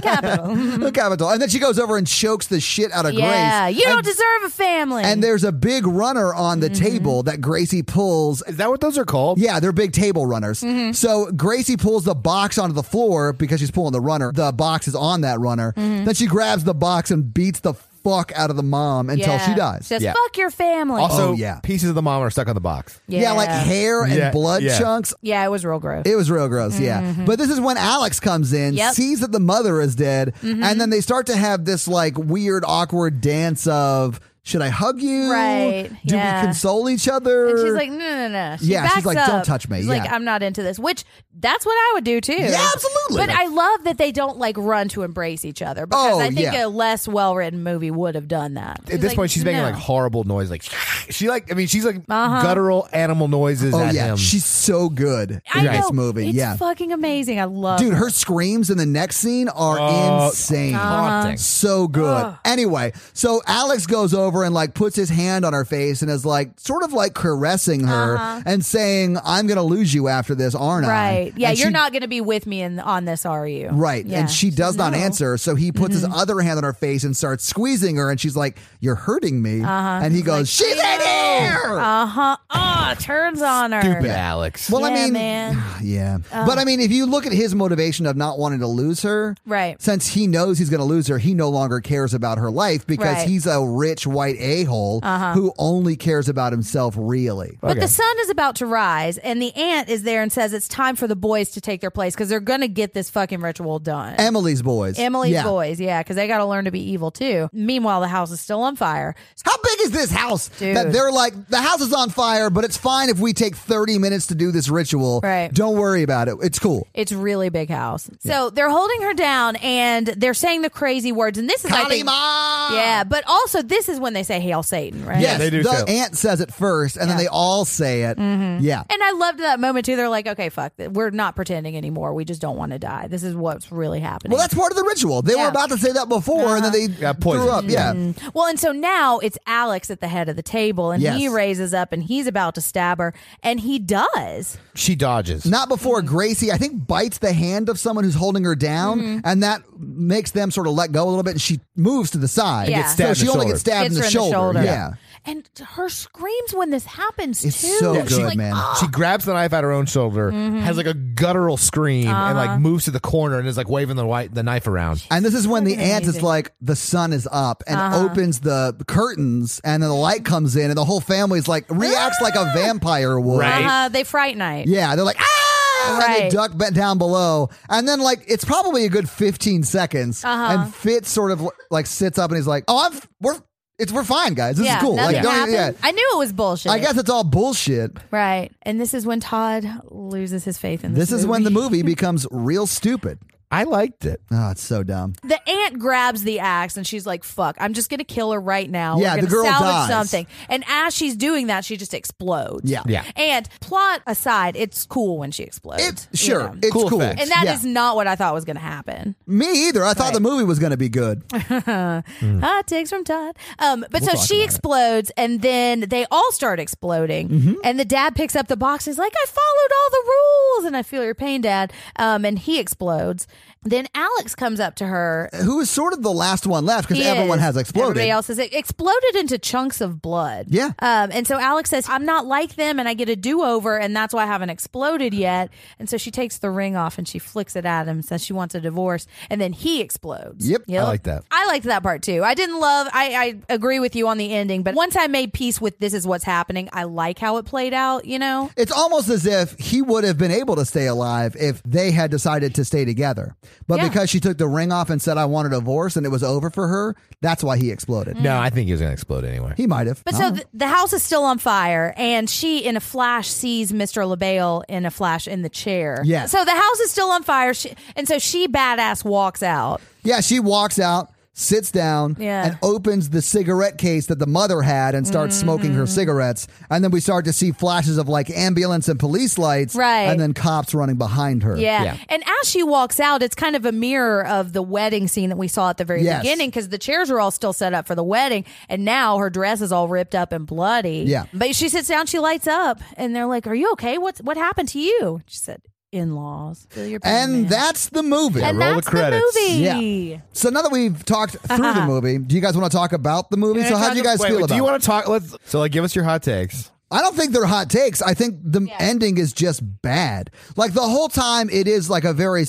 capital.
Look, Capital. And then she goes over and chokes the shit out of
Mm-hmm. yeah,
Grace.
you
and,
don't deserve a family.
and there's a big runner on the
Mm-hmm.
table that Gracie pulls
Is that what those are called?
Yeah, they're big table runners.
Mm-hmm.
So Gracie pulls the box onto the floor because she's pulling the runner. The box is on that runner.
Mm-hmm.
Then she grabs the box and beats the fuck out of the mom until
yeah.
she dies.
Just
Yeah.
fuck your family.
Also,
Oh, yeah.
pieces of the mom are stuck on the box.
yeah. like hair and
Yeah,
blood
yeah.
chunks.
Yeah, it was real gross.
It was real gross, yeah. But this is when Alex comes in,
Mm-hmm. Yep. Mm-hmm.
sees that the mother is dead, and then they start to have this like weird, awkward dance of should I hug you?
Right,
Do
yeah.
we console each other?
and she's like, no, no, no. She
Yeah, she's
backs
like, "Don't
up.
touch me."
She's like,
Yeah.
I'm not into this. Which that's what I would do too.
Yeah, absolutely.
But I love that they don't like run to embrace each other because
Oh,
I think
yeah.
a less well written movie would have done that.
At this
like,
point, she's making
no. Uh-huh.
like horrible noise, like she like. I mean, she's like guttural animal noises
oh
at
yeah,
him.
she's so good
I
in
know,
this movie.
It's
yeah,
fucking amazing. I love.
Dude, her screams in the next scene are
Oh,
insane.
Uh-huh.
haunting.
So good. Anyway, so Alex goes over and like puts his hand on her face and is like sort of like caressing her and saying, I'm gonna lose you after this, aren't I?
Uh-huh. Right? Yeah,
And
you're
she-
not going to be with me in on this, are you?
Right.
Yeah.
And she does not
No. Mm-hmm.
answer. So he puts his other hand on her face and starts squeezing her. And she's like, You're hurting me.
Uh-huh.
And he goes, She's in here.
Uh huh. Oh, turns on her.
stupid Alex.
well, I
Yeah,
mean,
man.
yeah. But I mean, if you look at his motivation of not wanting to lose her,
Right.
since he knows he's going to lose her, he no longer cares about her life because
Right. Uh-huh.
he's a rich white a hole who only cares about himself, really.
But the sun is about to rise, and the aunt is there and says it's time for the boys to take their place because they're going to get this fucking ritual done.
Emily's boys.
Emily's
Yeah.
boys, yeah, because they got to learn to be evil too. Meanwhile, the house is still on fire.
How big is this house
Dude.
that they're like, the house is on fire, but it's fine if we take 30 minutes to do this ritual.
Right.
Don't worry about it. It's cool.
It's really big house. So they're holding her down and they're saying the crazy words. And this is, I think,
Kalima!
yeah, but also this is when they say "Hail Satan," right?
Yes,
they do
the
too.
aunt says it first, and then
Yeah. Mm-hmm.
they all say it. Yeah.
And I loved that moment too. They're like, "Okay, fuck, it. we're not pretending anymore. We just don't want to die. This is what's really happening."
Well, that's part of the ritual. They were
Yeah. Mm-hmm.
about to say that before, and then they
Got poisoned.
threw up. Yeah.
Well, and so now it's Alex at the head of the table, and he
Yes.
raises up and he's about to stab her, and he does.
she dodges.
Not before
Mm-hmm.
Gracie, I think, bites the hand of someone who's holding her down,
Mm-hmm.
and that makes them sort of let go a little bit, and she moves to the side.
Yeah. Gets
So
stabbed in
she
the
only
shoulder.
gets stabbed
Hits
in the
her
shoulder. Yeah.
And her screams when this happens
It's
too.
so
She's
good,
like,
man.
"Ah."
She grabs the knife out her own shoulder,
Mm-hmm.
has like a guttural scream, and
Uh-huh.
like moves to the corner and is like waving the white the knife around.
And this is when the aunt is
amazing. Uh-huh.
like, the sun is up and opens the curtains, and then the light comes in, and the whole family's like reacts like a vampire would.
Right.
Uh-huh, they fright night.
Yeah, they're like, ah! And they
Right.
duck ba- down below. And then, like, it's probably a good 15 seconds.
Uh-huh.
And Fitz sort of, like, sits up and he's like, oh, I'm, f- we're, it's, we're fine, guys. This
yeah,
is cool.
Nothing
Like, don't, e-,
happened.
yeah.
I knew it was bullshit.
I guess it's all bullshit.
Right. And this is when Todd loses his faith in this.
This is when the movie becomes real stupid.
I liked it.
Oh, it's so dumb.
the aunt grabs the axe and she's like, "Fuck! I'm just gonna kill her right now.
Yeah,
We're
the
gonna
girl
salvage
dies.
something." And as she's doing that, she just explodes.
Yeah.
Yeah.
And plot aside, it's cool when she explodes.
It's
you
sure.
know.
It's cool.
Cool effects.
and that is
yeah.
not what I thought was going to happen.
me either. I thought the movie was going to be good.
Hot takes from Todd. Um, but so
Mm. talk
she
about it.
explodes, and then they all start exploding.
Mm-hmm.
And the dad picks up the box. And he's like, "I followed all the rules, and I feel your pain, Dad." Um, and he explodes. Then Alex comes up to her.
Who is sort of the last one left because
He
everyone
is.
has exploded.
Everybody else has it exploded into chunks of blood.
Yeah.
Um, and so Alex says, "I'm not like them, and I get a do over, and that's why I haven't exploded yet." And so she takes the ring off and she flicks it at him, says she wants a divorce, and then he explodes.
Yep.
I like that.
I liked that part too. I didn't love. I, I agree with you on the ending, but once I made peace with this is what's happening, I like how it played out. You know.
It's almost as if he would have been able to stay alive if they had decided to stay together. But
Yeah.
because she took the ring off and said, I want a divorce and it was over for her, that's why he exploded.
Mm.
No, I think he was gonna explode anyway.
He might have.
But so th- the house is still on fire, and she, in a flash, sees Mr. LaBelle in a flash in the chair.
Yes.
So the house is still on fire, she, and so she badass walks out.
yeah, she walks out, sits down,
Yeah.
and opens the cigarette case that the mother had and starts smoking
Mm-hmm.
her cigarettes. And then we start to see flashes of like ambulance and police lights.
Right.
And then cops running behind her.
Yeah.
Yeah.
And as she walks out, it's kind of a mirror of the wedding scene that we saw at the very
Yes.
beginning because the chairs are all still set up for the wedding. And now her dress is all ripped up and bloody.
Yeah.
But she sits down, she lights up, and they're like, Are you okay? What's, what happened to you? She said, In laws. Feel your pain.
And
man."
that's the movie.
and
roll the
that's the,
credits.
movie.
so now that we've talked through
Uh-huh.
the movie, do you guys want to talk about the movie? So how do you guys
Wait,
feel
wait,
about
Do
it?
you want to talk? Let's so like give us your hot takes.
I don't think they're hot takes. I think the ending is just bad. Like the whole time, it is like a very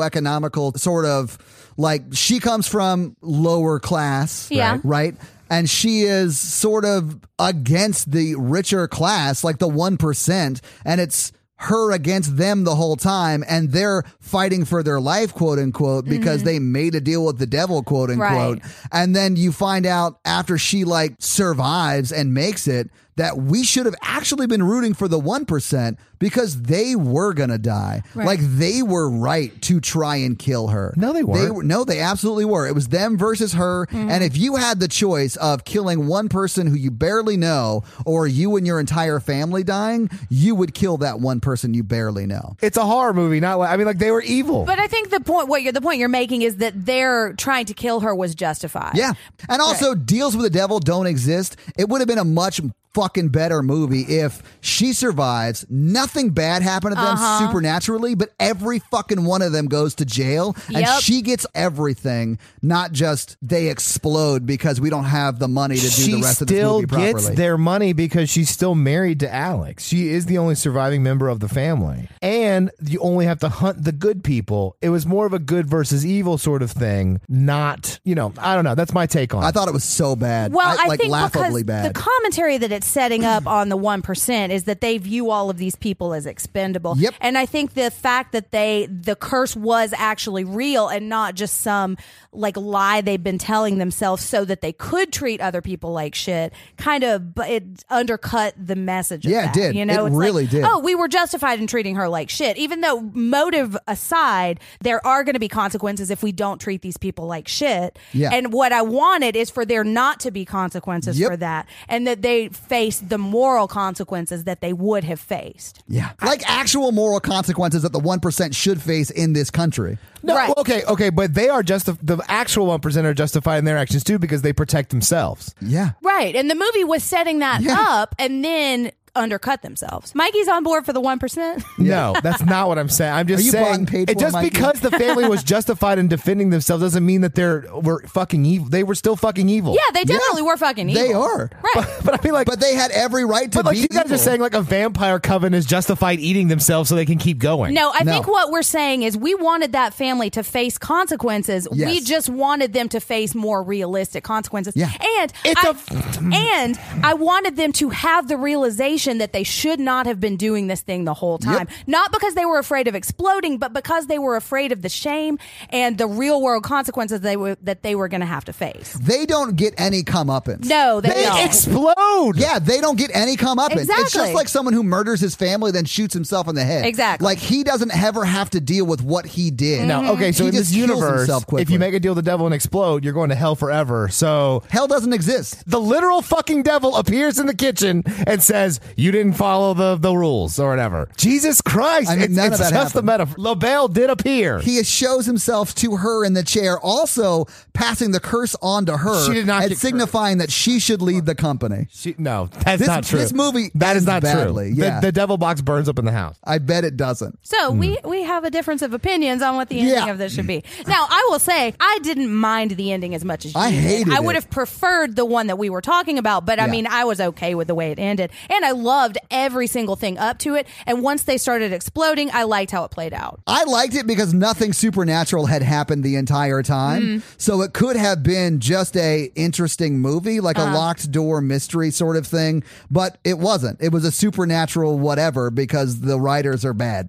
socioeconomical sort of like she comes from lower class,
Yeah.
right? right? And she is sort of against the richer class, like the 1%, and it's her against them the whole time and they're fighting for their life quote unquote because they made a deal with the devil quote unquote
Right.
and then you find out after she like survives and makes it that we should have actually been rooting for the 1% because they were gonna die like they were right to try and kill her
No, they weren't.
were- no, they absolutely were. It was them versus her. And if you had the choice of killing one person who you barely know or you and your entire family dying, you would kill that one person you barely know.
It's a horror movie, not like I mean, like they were evil.
But I think the point what you're the point you're making is that their trying to kill her was justified.
Yeah. And also, deals with the devil don't exist. It would have been a much fucking better movie if she survives, nothing bad happened to them
Uh-huh.
supernaturally, but every fucking one of them goes to jail and
Yep.
she gets everything, not just they explode because we don't have the money to do
she
the rest of this
still
movie
gets
properly.
their money because she's still married to Alex. She is the only surviving member of the family, and you only have to hunt the good people. It was more of a good versus evil sort of thing, not you know. I don't know. That's my take on.
I
it.
thought it was so bad.
Well,
I,
I,
like
think
laughably
because
bad.
the commentary that it's setting up on the one percent is that they view all of these people as expendable.
Yep.
And I think the fact that they the curse was actually real and not just some like lie they've been telling themselves so that they could treat other people like shit kind of but it undercut the message. of
Yeah, it
that,
did.
You know,
It
It's like,
really did.
Oh, we were justified in treating her like shit, even though motive aside, there are going to be consequences if we don't treat these people like shit.
Yeah.
And what I wanted is for there not to be consequences
Yep.
for that and that they face the moral consequences that they would have faced.
yeah. Like actual moral consequences that the 1% should face in this country.
No,
Right.
okay, okay, but they are just the actual one percent are justified in their actions too because they protect themselves.
Yeah.
Right. And the movie was setting that
Yeah.
up and then undercut themselves. Mikey's on board for the 1%.
No, that's not what I'm saying. I'm just
Are you
saying
bought and paid
it
for,
just
Mikey?
because the family was justified in defending themselves doesn't mean that they're were fucking evil. They were still fucking evil.
yeah, they definitely were fucking evil.
They are.
Right.
But I mean, like,
But they had every right to
but, like
be
you guys
evil.
are saying, like a vampire coven is justified eating themselves so they can keep going.
No, I
No.
think what we're saying is we wanted that family to face consequences. We
Yes.
just wanted them to face more realistic consequences.
Yeah.
And
It's
I,
a-
and I wanted them to have the realization that they should not have been doing this thing the whole time. Not because they were afraid of exploding, but because they were afraid of the shame and the real world consequences they were that they were going to have to face.
they don't get any comeuppance.
No, they don't.
explode.
Yeah, they don't get any comeuppance. It's
Exactly.
just like someone who murders his family, then shoots himself in the head.
Exactly.
Like he doesn't ever have to deal with what he did.
Mm-hmm.
No, okay, so
He
in
just
this
kills
universe,
himself
if you
quickly.
make a deal with the devil and explode, you're going to hell forever. So
hell doesn't exist.
the literal fucking devil appears in the kitchen and says, "You didn't follow the, the rules or whatever." Jesus Christ!
I mean,
it's
none of
it's
that
just the
happened.
metaphor. LaBelle did appear.
He shows himself to her in the chair, also passing the curse on to her
She did not
and
get
signifying that she should lead the company.
She, no, that's
This-
not true.
this movie
that is
ends
not
badly,
true. The-
yeah.
The, devil box burns up in the house.
I bet it doesn't.
So we we have a difference of opinions on what the ending
Yeah.
of this should be. Now I will say I didn't mind the ending as much as you
I
did.
hated
I would
it.
have preferred the one that we were talking about, but I
Yeah.
mean I was okay with the way it ended, and I loved every single thing up to it. And once they started exploding, I liked how it played out.
I liked it because nothing supernatural had happened the entire time. So it could have been just a interesting movie, like a locked door mystery sort of thing, but it wasn't. It was a supernatural whatever because the writers are bad.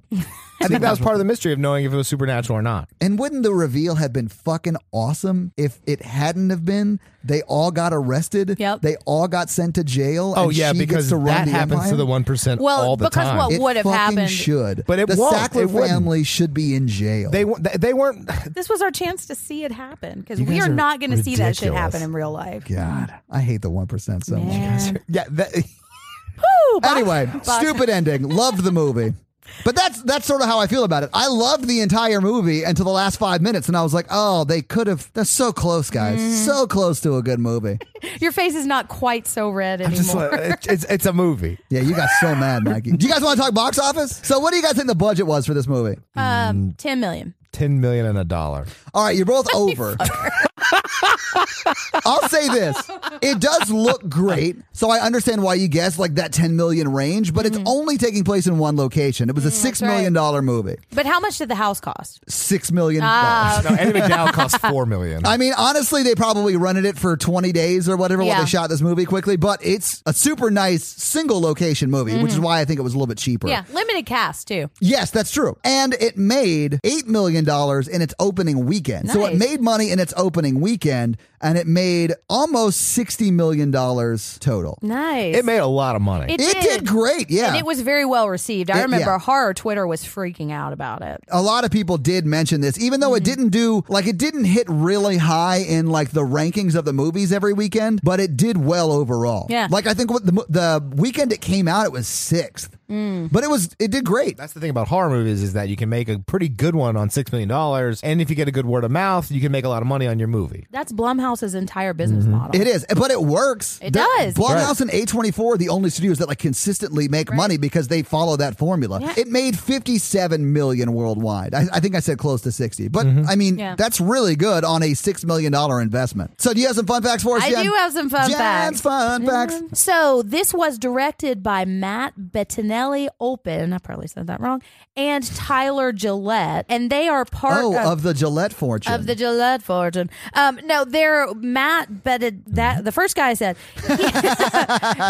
I think that was part of the mystery of knowing if it was supernatural or not.
and wouldn't the reveal have been fucking awesome if it hadn't have been? They all got arrested.
Yep.
They all got sent to jail.
Oh
and
yeah,
she
because
gets to run
that
the
happens
empire?
to the one percent
Well,
all the
because
time.
what-
It
would have
fucking
happened.
should,
But it
the
won't.
Sackler
It wouldn't.
family should be in jail.
they wa- they weren't.
This was our chance to see it happen because
You
we
guys
are
are
not going to see that shit
ridiculous.
happen in real life.
God, I hate the one percent so much.
Man.
Yeah, that,
Woo, box-
Anyway,
box-
stupid ending. Loved the movie. But that's that's sort of how I feel about it. I loved the entire movie until the last five minutes, and I was like, "Oh, they could have. They're so close, guys.
Mm-hmm.
So close to a good movie."
Your face is not quite so red anymore.
just like, it's- it's it's a movie.
Yeah, you got so mad, Mikey. Do you guys want to talk box office? So, what do you guys think the budget was for this movie?
um, ten million.
Ten million and a dollar.
All right, you're both over. I'll say this. It does look great. So I understand why you guessed like that 10 million range, but
Mm-hmm.
it's only taking place in one location. It
Mm,
was a six million dollar movie.
But how much did the house cost?
Six million dollars.
Ah,
No, Andy McDowell costs four million.
I mean, honestly, they probably rented it for 20 days or whatever while
Yeah.
they shot this movie quickly, but it's a super nice single location movie, which is why I think it was a little bit cheaper.
Mm-hmm. yeah, limited cast too.
Yes, that's true. And it made $8 million in its opening weekend. So it
Nice.
made money in its opening weekend and it made almost $60 million total.
Nice.
it made a lot of money.
It
It
did.
did great, yeah.
And it was very well received. I
It-
remember
yeah.
horror Twitter was freaking out about it.
a lot of people did mention this, even though it didn't do like it didn't hit really high in like the rankings of the movies every weekend, but it did well overall.
Yeah.
like I think what the mo- the weekend it came out, it was sixth, but it was it did great.
That's the thing about horror movies is that you can make a pretty good one on six million dollars, and if you get a good word of mouth, you can make a lot of money on your movie.
That's Blumhouse's entire business model.
Mm-hmm. It is, but it works.
It
They're-
does.
Blumhouse and A24 are the only studios that like consistently make money because they follow that formula.
Yeah.
It made 57 million worldwide. I, I think I said close to 60, but I mean,
Yeah.
that's really good on a $6 million investment. So do you have some fun facts for us,
I
Jen?
do have some fun
Jen's
facts.
fun
Mm-hmm.
facts.
So this was directed by Matt Bettinelli Open. I probably said that wrong. And Tyler Gillette, and they are part
Oh,
of
of the Gillette fortune.
of the Gillette fortune. Um, no, they're Matt, but it-
Mm-hmm.
that the first guy said.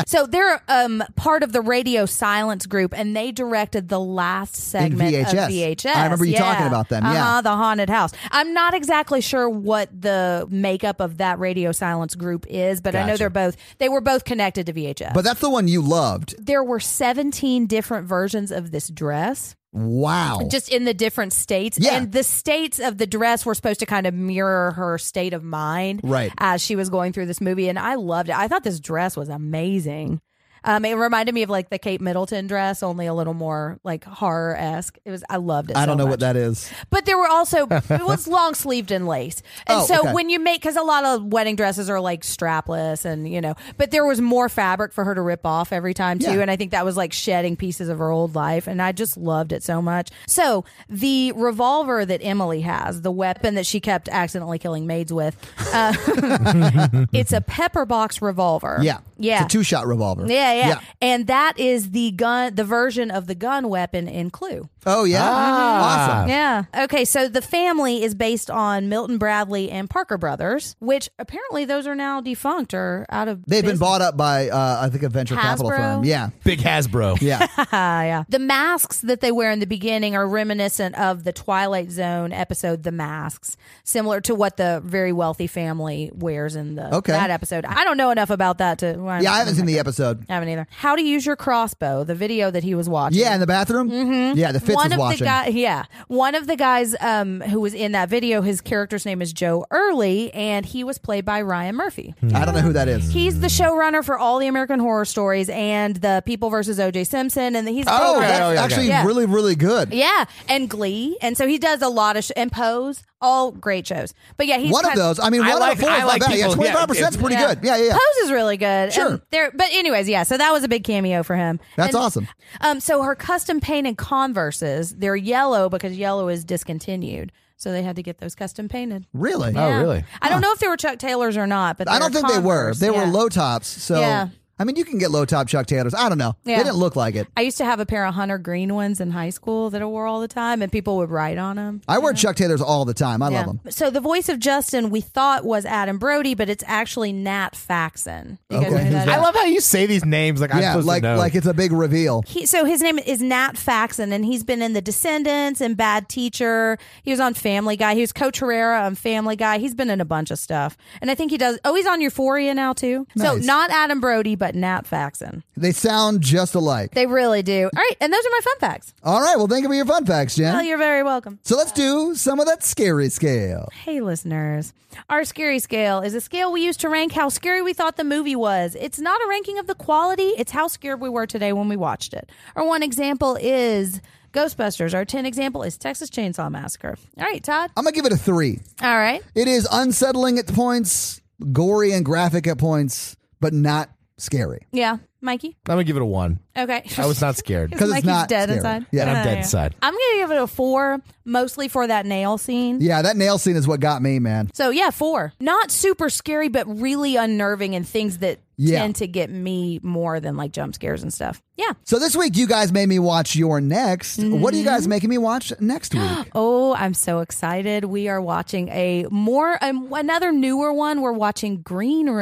so they're um, part of the Radio Silence group, and they directed the last segment
VHS.
of VHS.
I remember you
Yeah.
talking about them, yeah.
Uh-huh, the haunted house. I'm not exactly sure what the makeup of that Radio Silence group is, but I know
Gotcha.
they're both. They were both connected to VHS.
but that's the one you loved.
there were 17 different versions of this dress
Wow.
just in the different states
Yeah.
and the states of the dress were supposed to kind of mirror her state of mind
Right.
as she was going through this movie and i loved it i thought this dress was amazing Um, it reminded me of like the Kate Middleton dress, only a little more like horror esque. It was I loved it.
I
so
don't know
much.
what that is.
But there were also it was long sleeved and lace, and
Oh,
so
okay.
when you make because a lot of wedding dresses are like strapless and you know, but there was more fabric for her to rip off every time too,
Yeah.
and I think that was like shedding pieces of her old life, and I just loved it so much. So the revolver that Emily has, the weapon that she kept accidentally killing maids with, uh, it's a pepper box revolver.
Yeah.
yeah,
It's a two shot revolver.
yeah, yeah, and that is the gun, the version of the gun weapon in Clue.
Oh, yeah. Awesome.
Yeah. Okay, so the family is based on Milton Bradley and Parker Brothers, which apparently those are now defunct or out of
They've been
business.
bought up by, uh, I think, a venture capital
Hasbro?
firm. Yeah.
Big Hasbro.
Yeah.
yeah. The masks that they wear in the beginning are reminiscent of the Twilight Zone episode The Masks, similar to what the very wealthy family wears in the
Okay.
that episode. I don't know enough about that to
yeah, I haven't seen the episode.
I haven't either. How to use your crossbow, the video that he was watching.
Yeah, in the bathroom? Mm-hmm. Yeah, the Fitz
one
was
of
watching.
the guy, yeah, one of the guys um, who was in that video, his character's name is Joe Early, and he was played by Ryan Murphy.
I don't know who that is.
He's the
Hmm.
showrunner for all the American Horror Stories and the People versus O.J. Simpson, and he's
Oh,
favorite.
that's
okay, okay.
actually
Yeah.
really, really good.
yeah, and Glee, and so he does a lot of sh- and Pose, all great shows. But yeah, he's
One of
kind-
those. I mean,
I
one out
like-
of four
I
is
like
not bad. Yeah,
people- yeah,
25% is
it's-
pretty good. Yeah, yeah, yeah.
Pose is really good.
Sure.
And there, but anyways, yeah. So that was a big cameo for him.
That's
And,
awesome.
Um, so her custom painted Converses, they're yellow because yellow is discontinued. So they had to get those custom painted.
Really?
Oh,
Yeah.
really?
I don't know if they were Chuck Taylors or not, but
I don't
they're
think they were.
Converse,
They were
yeah.
low tops. So,
Yeah.
I mean, you can get low top Chuck Taylors. I don't know.
Yeah.
They didn't look like it.
I used to have a pair of Hunter Green ones in high school that I wore all the time, and people would write on them.
I wear Chuck Taylors all the time. I
Yeah.
love them.
So the voice of Justin we thought was Adam Brody, but it's actually Nat Faxon. You guys
Okay.
know who
Who's
that
that?
is?
I love how you say these names like I'm
yeah,
supposed
like
to know.
like it's a big reveal.
he, so his name is Nat Faxon, and he's been in The Descendants and Bad Teacher. He was on Family Guy. He was Coach Herrera on Family Guy. He's been in a bunch of stuff, and I think he does. Oh, he's on Euphoria now too. So
Nice.
not Adam Brody, but Nat Faxon.
They sound just alike.
They really do. All right, and those are my fun facts.
all right, well, thank you for your fun facts, Jen.
Well, you're very welcome.
So let's do some of that scary scale.
Hey, listeners. Our scary scale is a scale we use to rank how scary we thought the movie was. It's not a ranking of the quality, it's how scared we were today when we watched it. Our one example is Ghostbusters. Our 10 example is Texas Chainsaw Massacre. All right, Todd.
I'm gonna give it a three.
All right.
It is unsettling at points, gory and graphic at points, but not scary
Yeah. Mikey.
I'm gonna give it a one.
Okay.
I was not scared.
because
Mikey's
it's not
dead
scary.
inside. Oh,
Yeah,
And I'm dead
yeah.
inside.
I'm going to give it a four, mostly for that nail scene.
yeah. That nail scene is what got me, man.
So yeah, four. Not super scary, but really unnerving and things that
Yeah.
tend to get me more than like jump scares and stuff. Yeah.
So this week, you guys made me watch your next. What are you
Mm-hmm.
guys making me watch next week?
Oh, I'm so excited. We are watching a more um, another newer one. We're watching Green
Mm.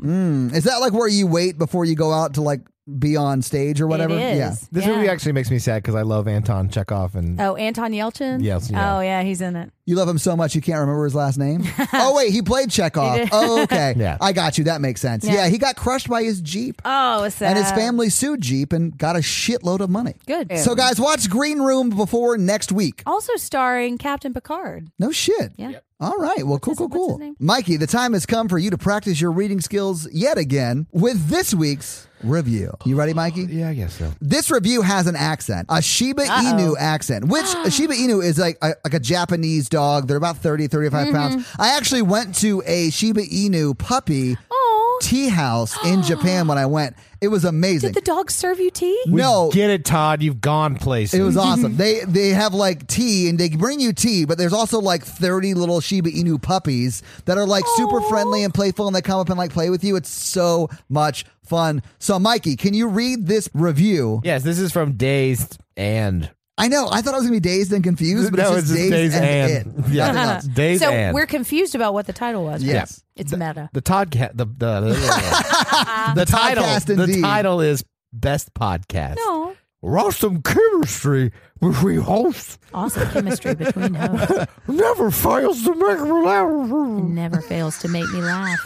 Room.
is that like where you wait before you go out to like be on stage or whatever?
It is.
Yeah.
This
Yeah.
movie actually makes me sad because I love Anton Chekhov and
Oh, Anton Yelchin?
Yes, yeah.
Oh, yeah, he's in it.
You love him so much you can't remember his last name. oh wait, he played Chekhov. Oh okay,
Yeah.
I got you. That makes sense. Yeah, he got crushed by his jeep,
Oh, it's
and his
sad.
family sued Jeep and got a shitload of money.
Good.
So guys, watch Green Room before next week.
Also starring Captain Picard.
No shit.
Yeah. Yep.
All right. Well, cool,
his-
cool,
what's his
cool.
name?
Mikey, the time has come for you to practice your reading skills yet again with this week's review. You
Oh,
ready, Mikey?
yeah, I guess so.
This review has an accent, a Shiba Inu accent, which a Shiba Inu is like a, like a Japanese dog. They're about 30, 35
Mm-hmm.
pounds. I actually went to a Shiba Inu puppy
Oh,
tea house in Japan when I went. It was amazing.
did the dog serve you tea?
no,
Get it, Todd. You've gone places.
it was awesome. They they have like tea and they bring you tea, but there's also like 30 little Shiba Inu puppies that are like super friendly and playful and they come up and like play with you. It's so much fun. So Mikey, can you read this review?
Yes, this is from Dazed and
I know. I thought I was gonna be dazed and confused, but
no,
it's just dazed, and, it.
yeah,
Nothing else.
Dazed
so
and.
we're confused about what the title was. right?
Yes.
It's meta.
the Todd ca- the the the, the, title
Toddcast
the
indeed.
title is best podcast.
No.
Awesome chemistry which we host
Awesome chemistry between hosts.
never fails to make me laugh.
Never fails to make me laugh.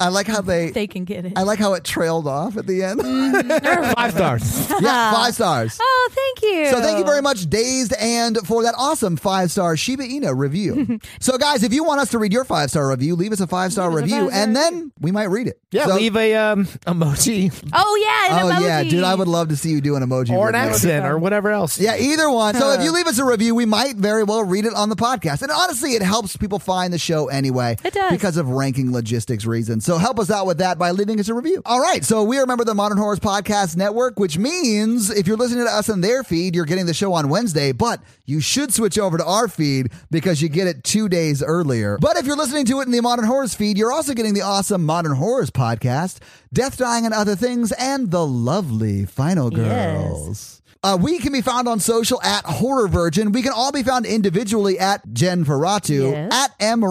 I like how they.
They can get it.
I like how it trailed off at the end.
Five stars.
yeah, five stars.
oh, thank you.
So thank you very much, Dazed, and for that awesome five star Shiba Inu review. so guys, if you want us to read your five star review, leave us a five star
Leave us a
review,
five-star
and then we might read it.
Yeah,
So-
leave a um, emoji
Oh yeah.
Oh
An emoji.
yeah, dude, I would love to see you do an emoji
or an
review.
accent or whatever else.
Yeah, either one. So if you leave us a review, we might very well read it on the podcast. And honestly, it helps people find the show anyway.
It does.
Because of ranking logistics reasons. So help us out with that by leaving us a review. All right. So we are a member of the Modern Horrors Podcast Network, which means if you're listening to us on their feed, you're getting the show on Wednesday, but you should switch over to our feed because you get it two days earlier. But if you're listening to it in the Modern Horrors feed, you're also getting the awesome Modern Horrors Podcast, Death, Dying, and Other Things, and the lovely Final Girls. Uh, we can be found on social at Horror Virgin. We can all be found individually at Jen Ferratu,
Yes.
at M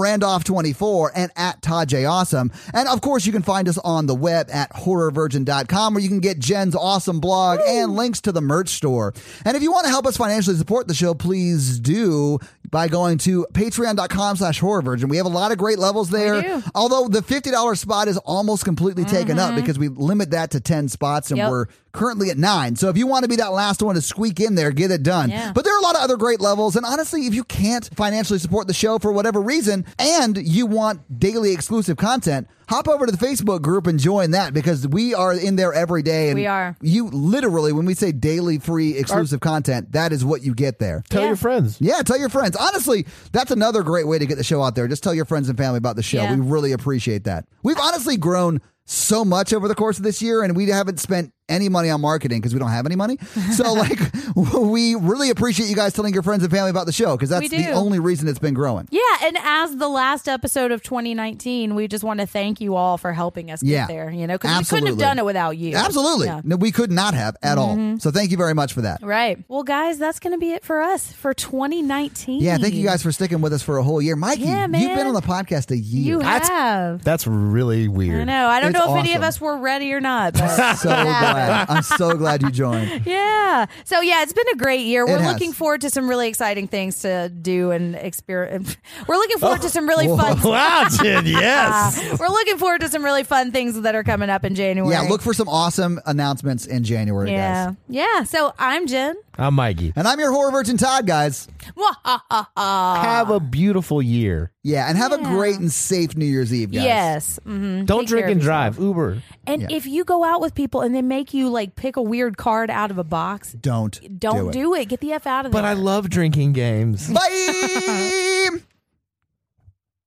Randolph24, and at Todd J. Awesome. And of course, you can find us on the web at horrorvirgin.com where you can get Jen's awesome blog and links to the merch store. And if you want to help us financially support the show, please do by going to patreon.com slash horror virgin. We have a lot of great levels there.
do. Mm-hmm.
Although the $50 spot is almost completely taken up because we limit that to 10 spots and
Yep.
we're currently at nine. So if you want to be that last one to squeak in there, get it done.
Yeah.
But there are a lot of other great levels. And honestly, if you can't financially support the show for whatever reason and you want daily exclusive content, hop over to the Facebook group and join that because we are in there every day. And
We are.
You literally, when we say daily free exclusive content, that is what you get there.
Tell
Yeah.
your friends.
Yeah, tell your friends. Honestly, that's another great way to get the show out there. Just tell your friends and family about the show.
Yeah.
We really appreciate that. We've honestly grown so much over the course of this year, and we haven't spent any money on marketing because we don't have any money. So, like, we really appreciate you guys telling your friends and family about the show because that's
We
the
do.
only reason it's been growing.
Yeah, and as the last episode of 2019, we just want to thank you all for helping us
Yeah.
get there. You know, because we couldn't have
Absolutely.
done it without you.
Absolutely.
Yeah. Mm-hmm.
No, we could not have at all. So, thank you very much for that.
Right. Well, guys, that's going to be it for us for 2019.
Yeah, thank you guys for sticking with us for a whole year. Mikey,
Yeah,
you've been
man.
on the podcast a year.
You
That's-
have.
That's really
I
weird.
know. I don't
It's
know if any of
awesome.
us were ready or not. But.
so glad. I'm so glad you joined.
Yeah. So yeah, it's been a great year. We're
has.
looking forward to some really exciting things to do and experience. We're looking forward to some really fun.
Wow, Jen, yes.
We're looking forward to some really fun things that are coming up in January.
Yeah, look for some awesome announcements in January, guys.
Yeah. Yeah. So I'm Jen.
I'm Mikey.
And I'm your horror virgin Todd, guys.
Have
Ah.
a beautiful year.
Yeah, and have a great and safe New Year's Eve, guys.
Yes.
Mm,
hmm
Don't
Take
drink
care of
and drive. Uber.
And if you go out with people and they make you like pick a weird card out of a box,
Don't
don't do it.
do it.
Get the F out of
But I
there.
love drinking games.
Bye,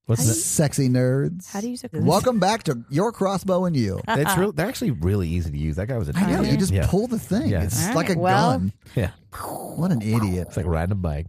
What's that?
sexy nerds.
How do you use a crossbow?
Welcome back to your crossbow and you.
That's real. They're actually really easy to use. That guy was a.
uh-uh. I know
genius.
you just
yeah.
pull the thing.
Yeah.
It's
All
like a
right, well-
gun.
Yeah,
What an idiot.
it's like riding a bike.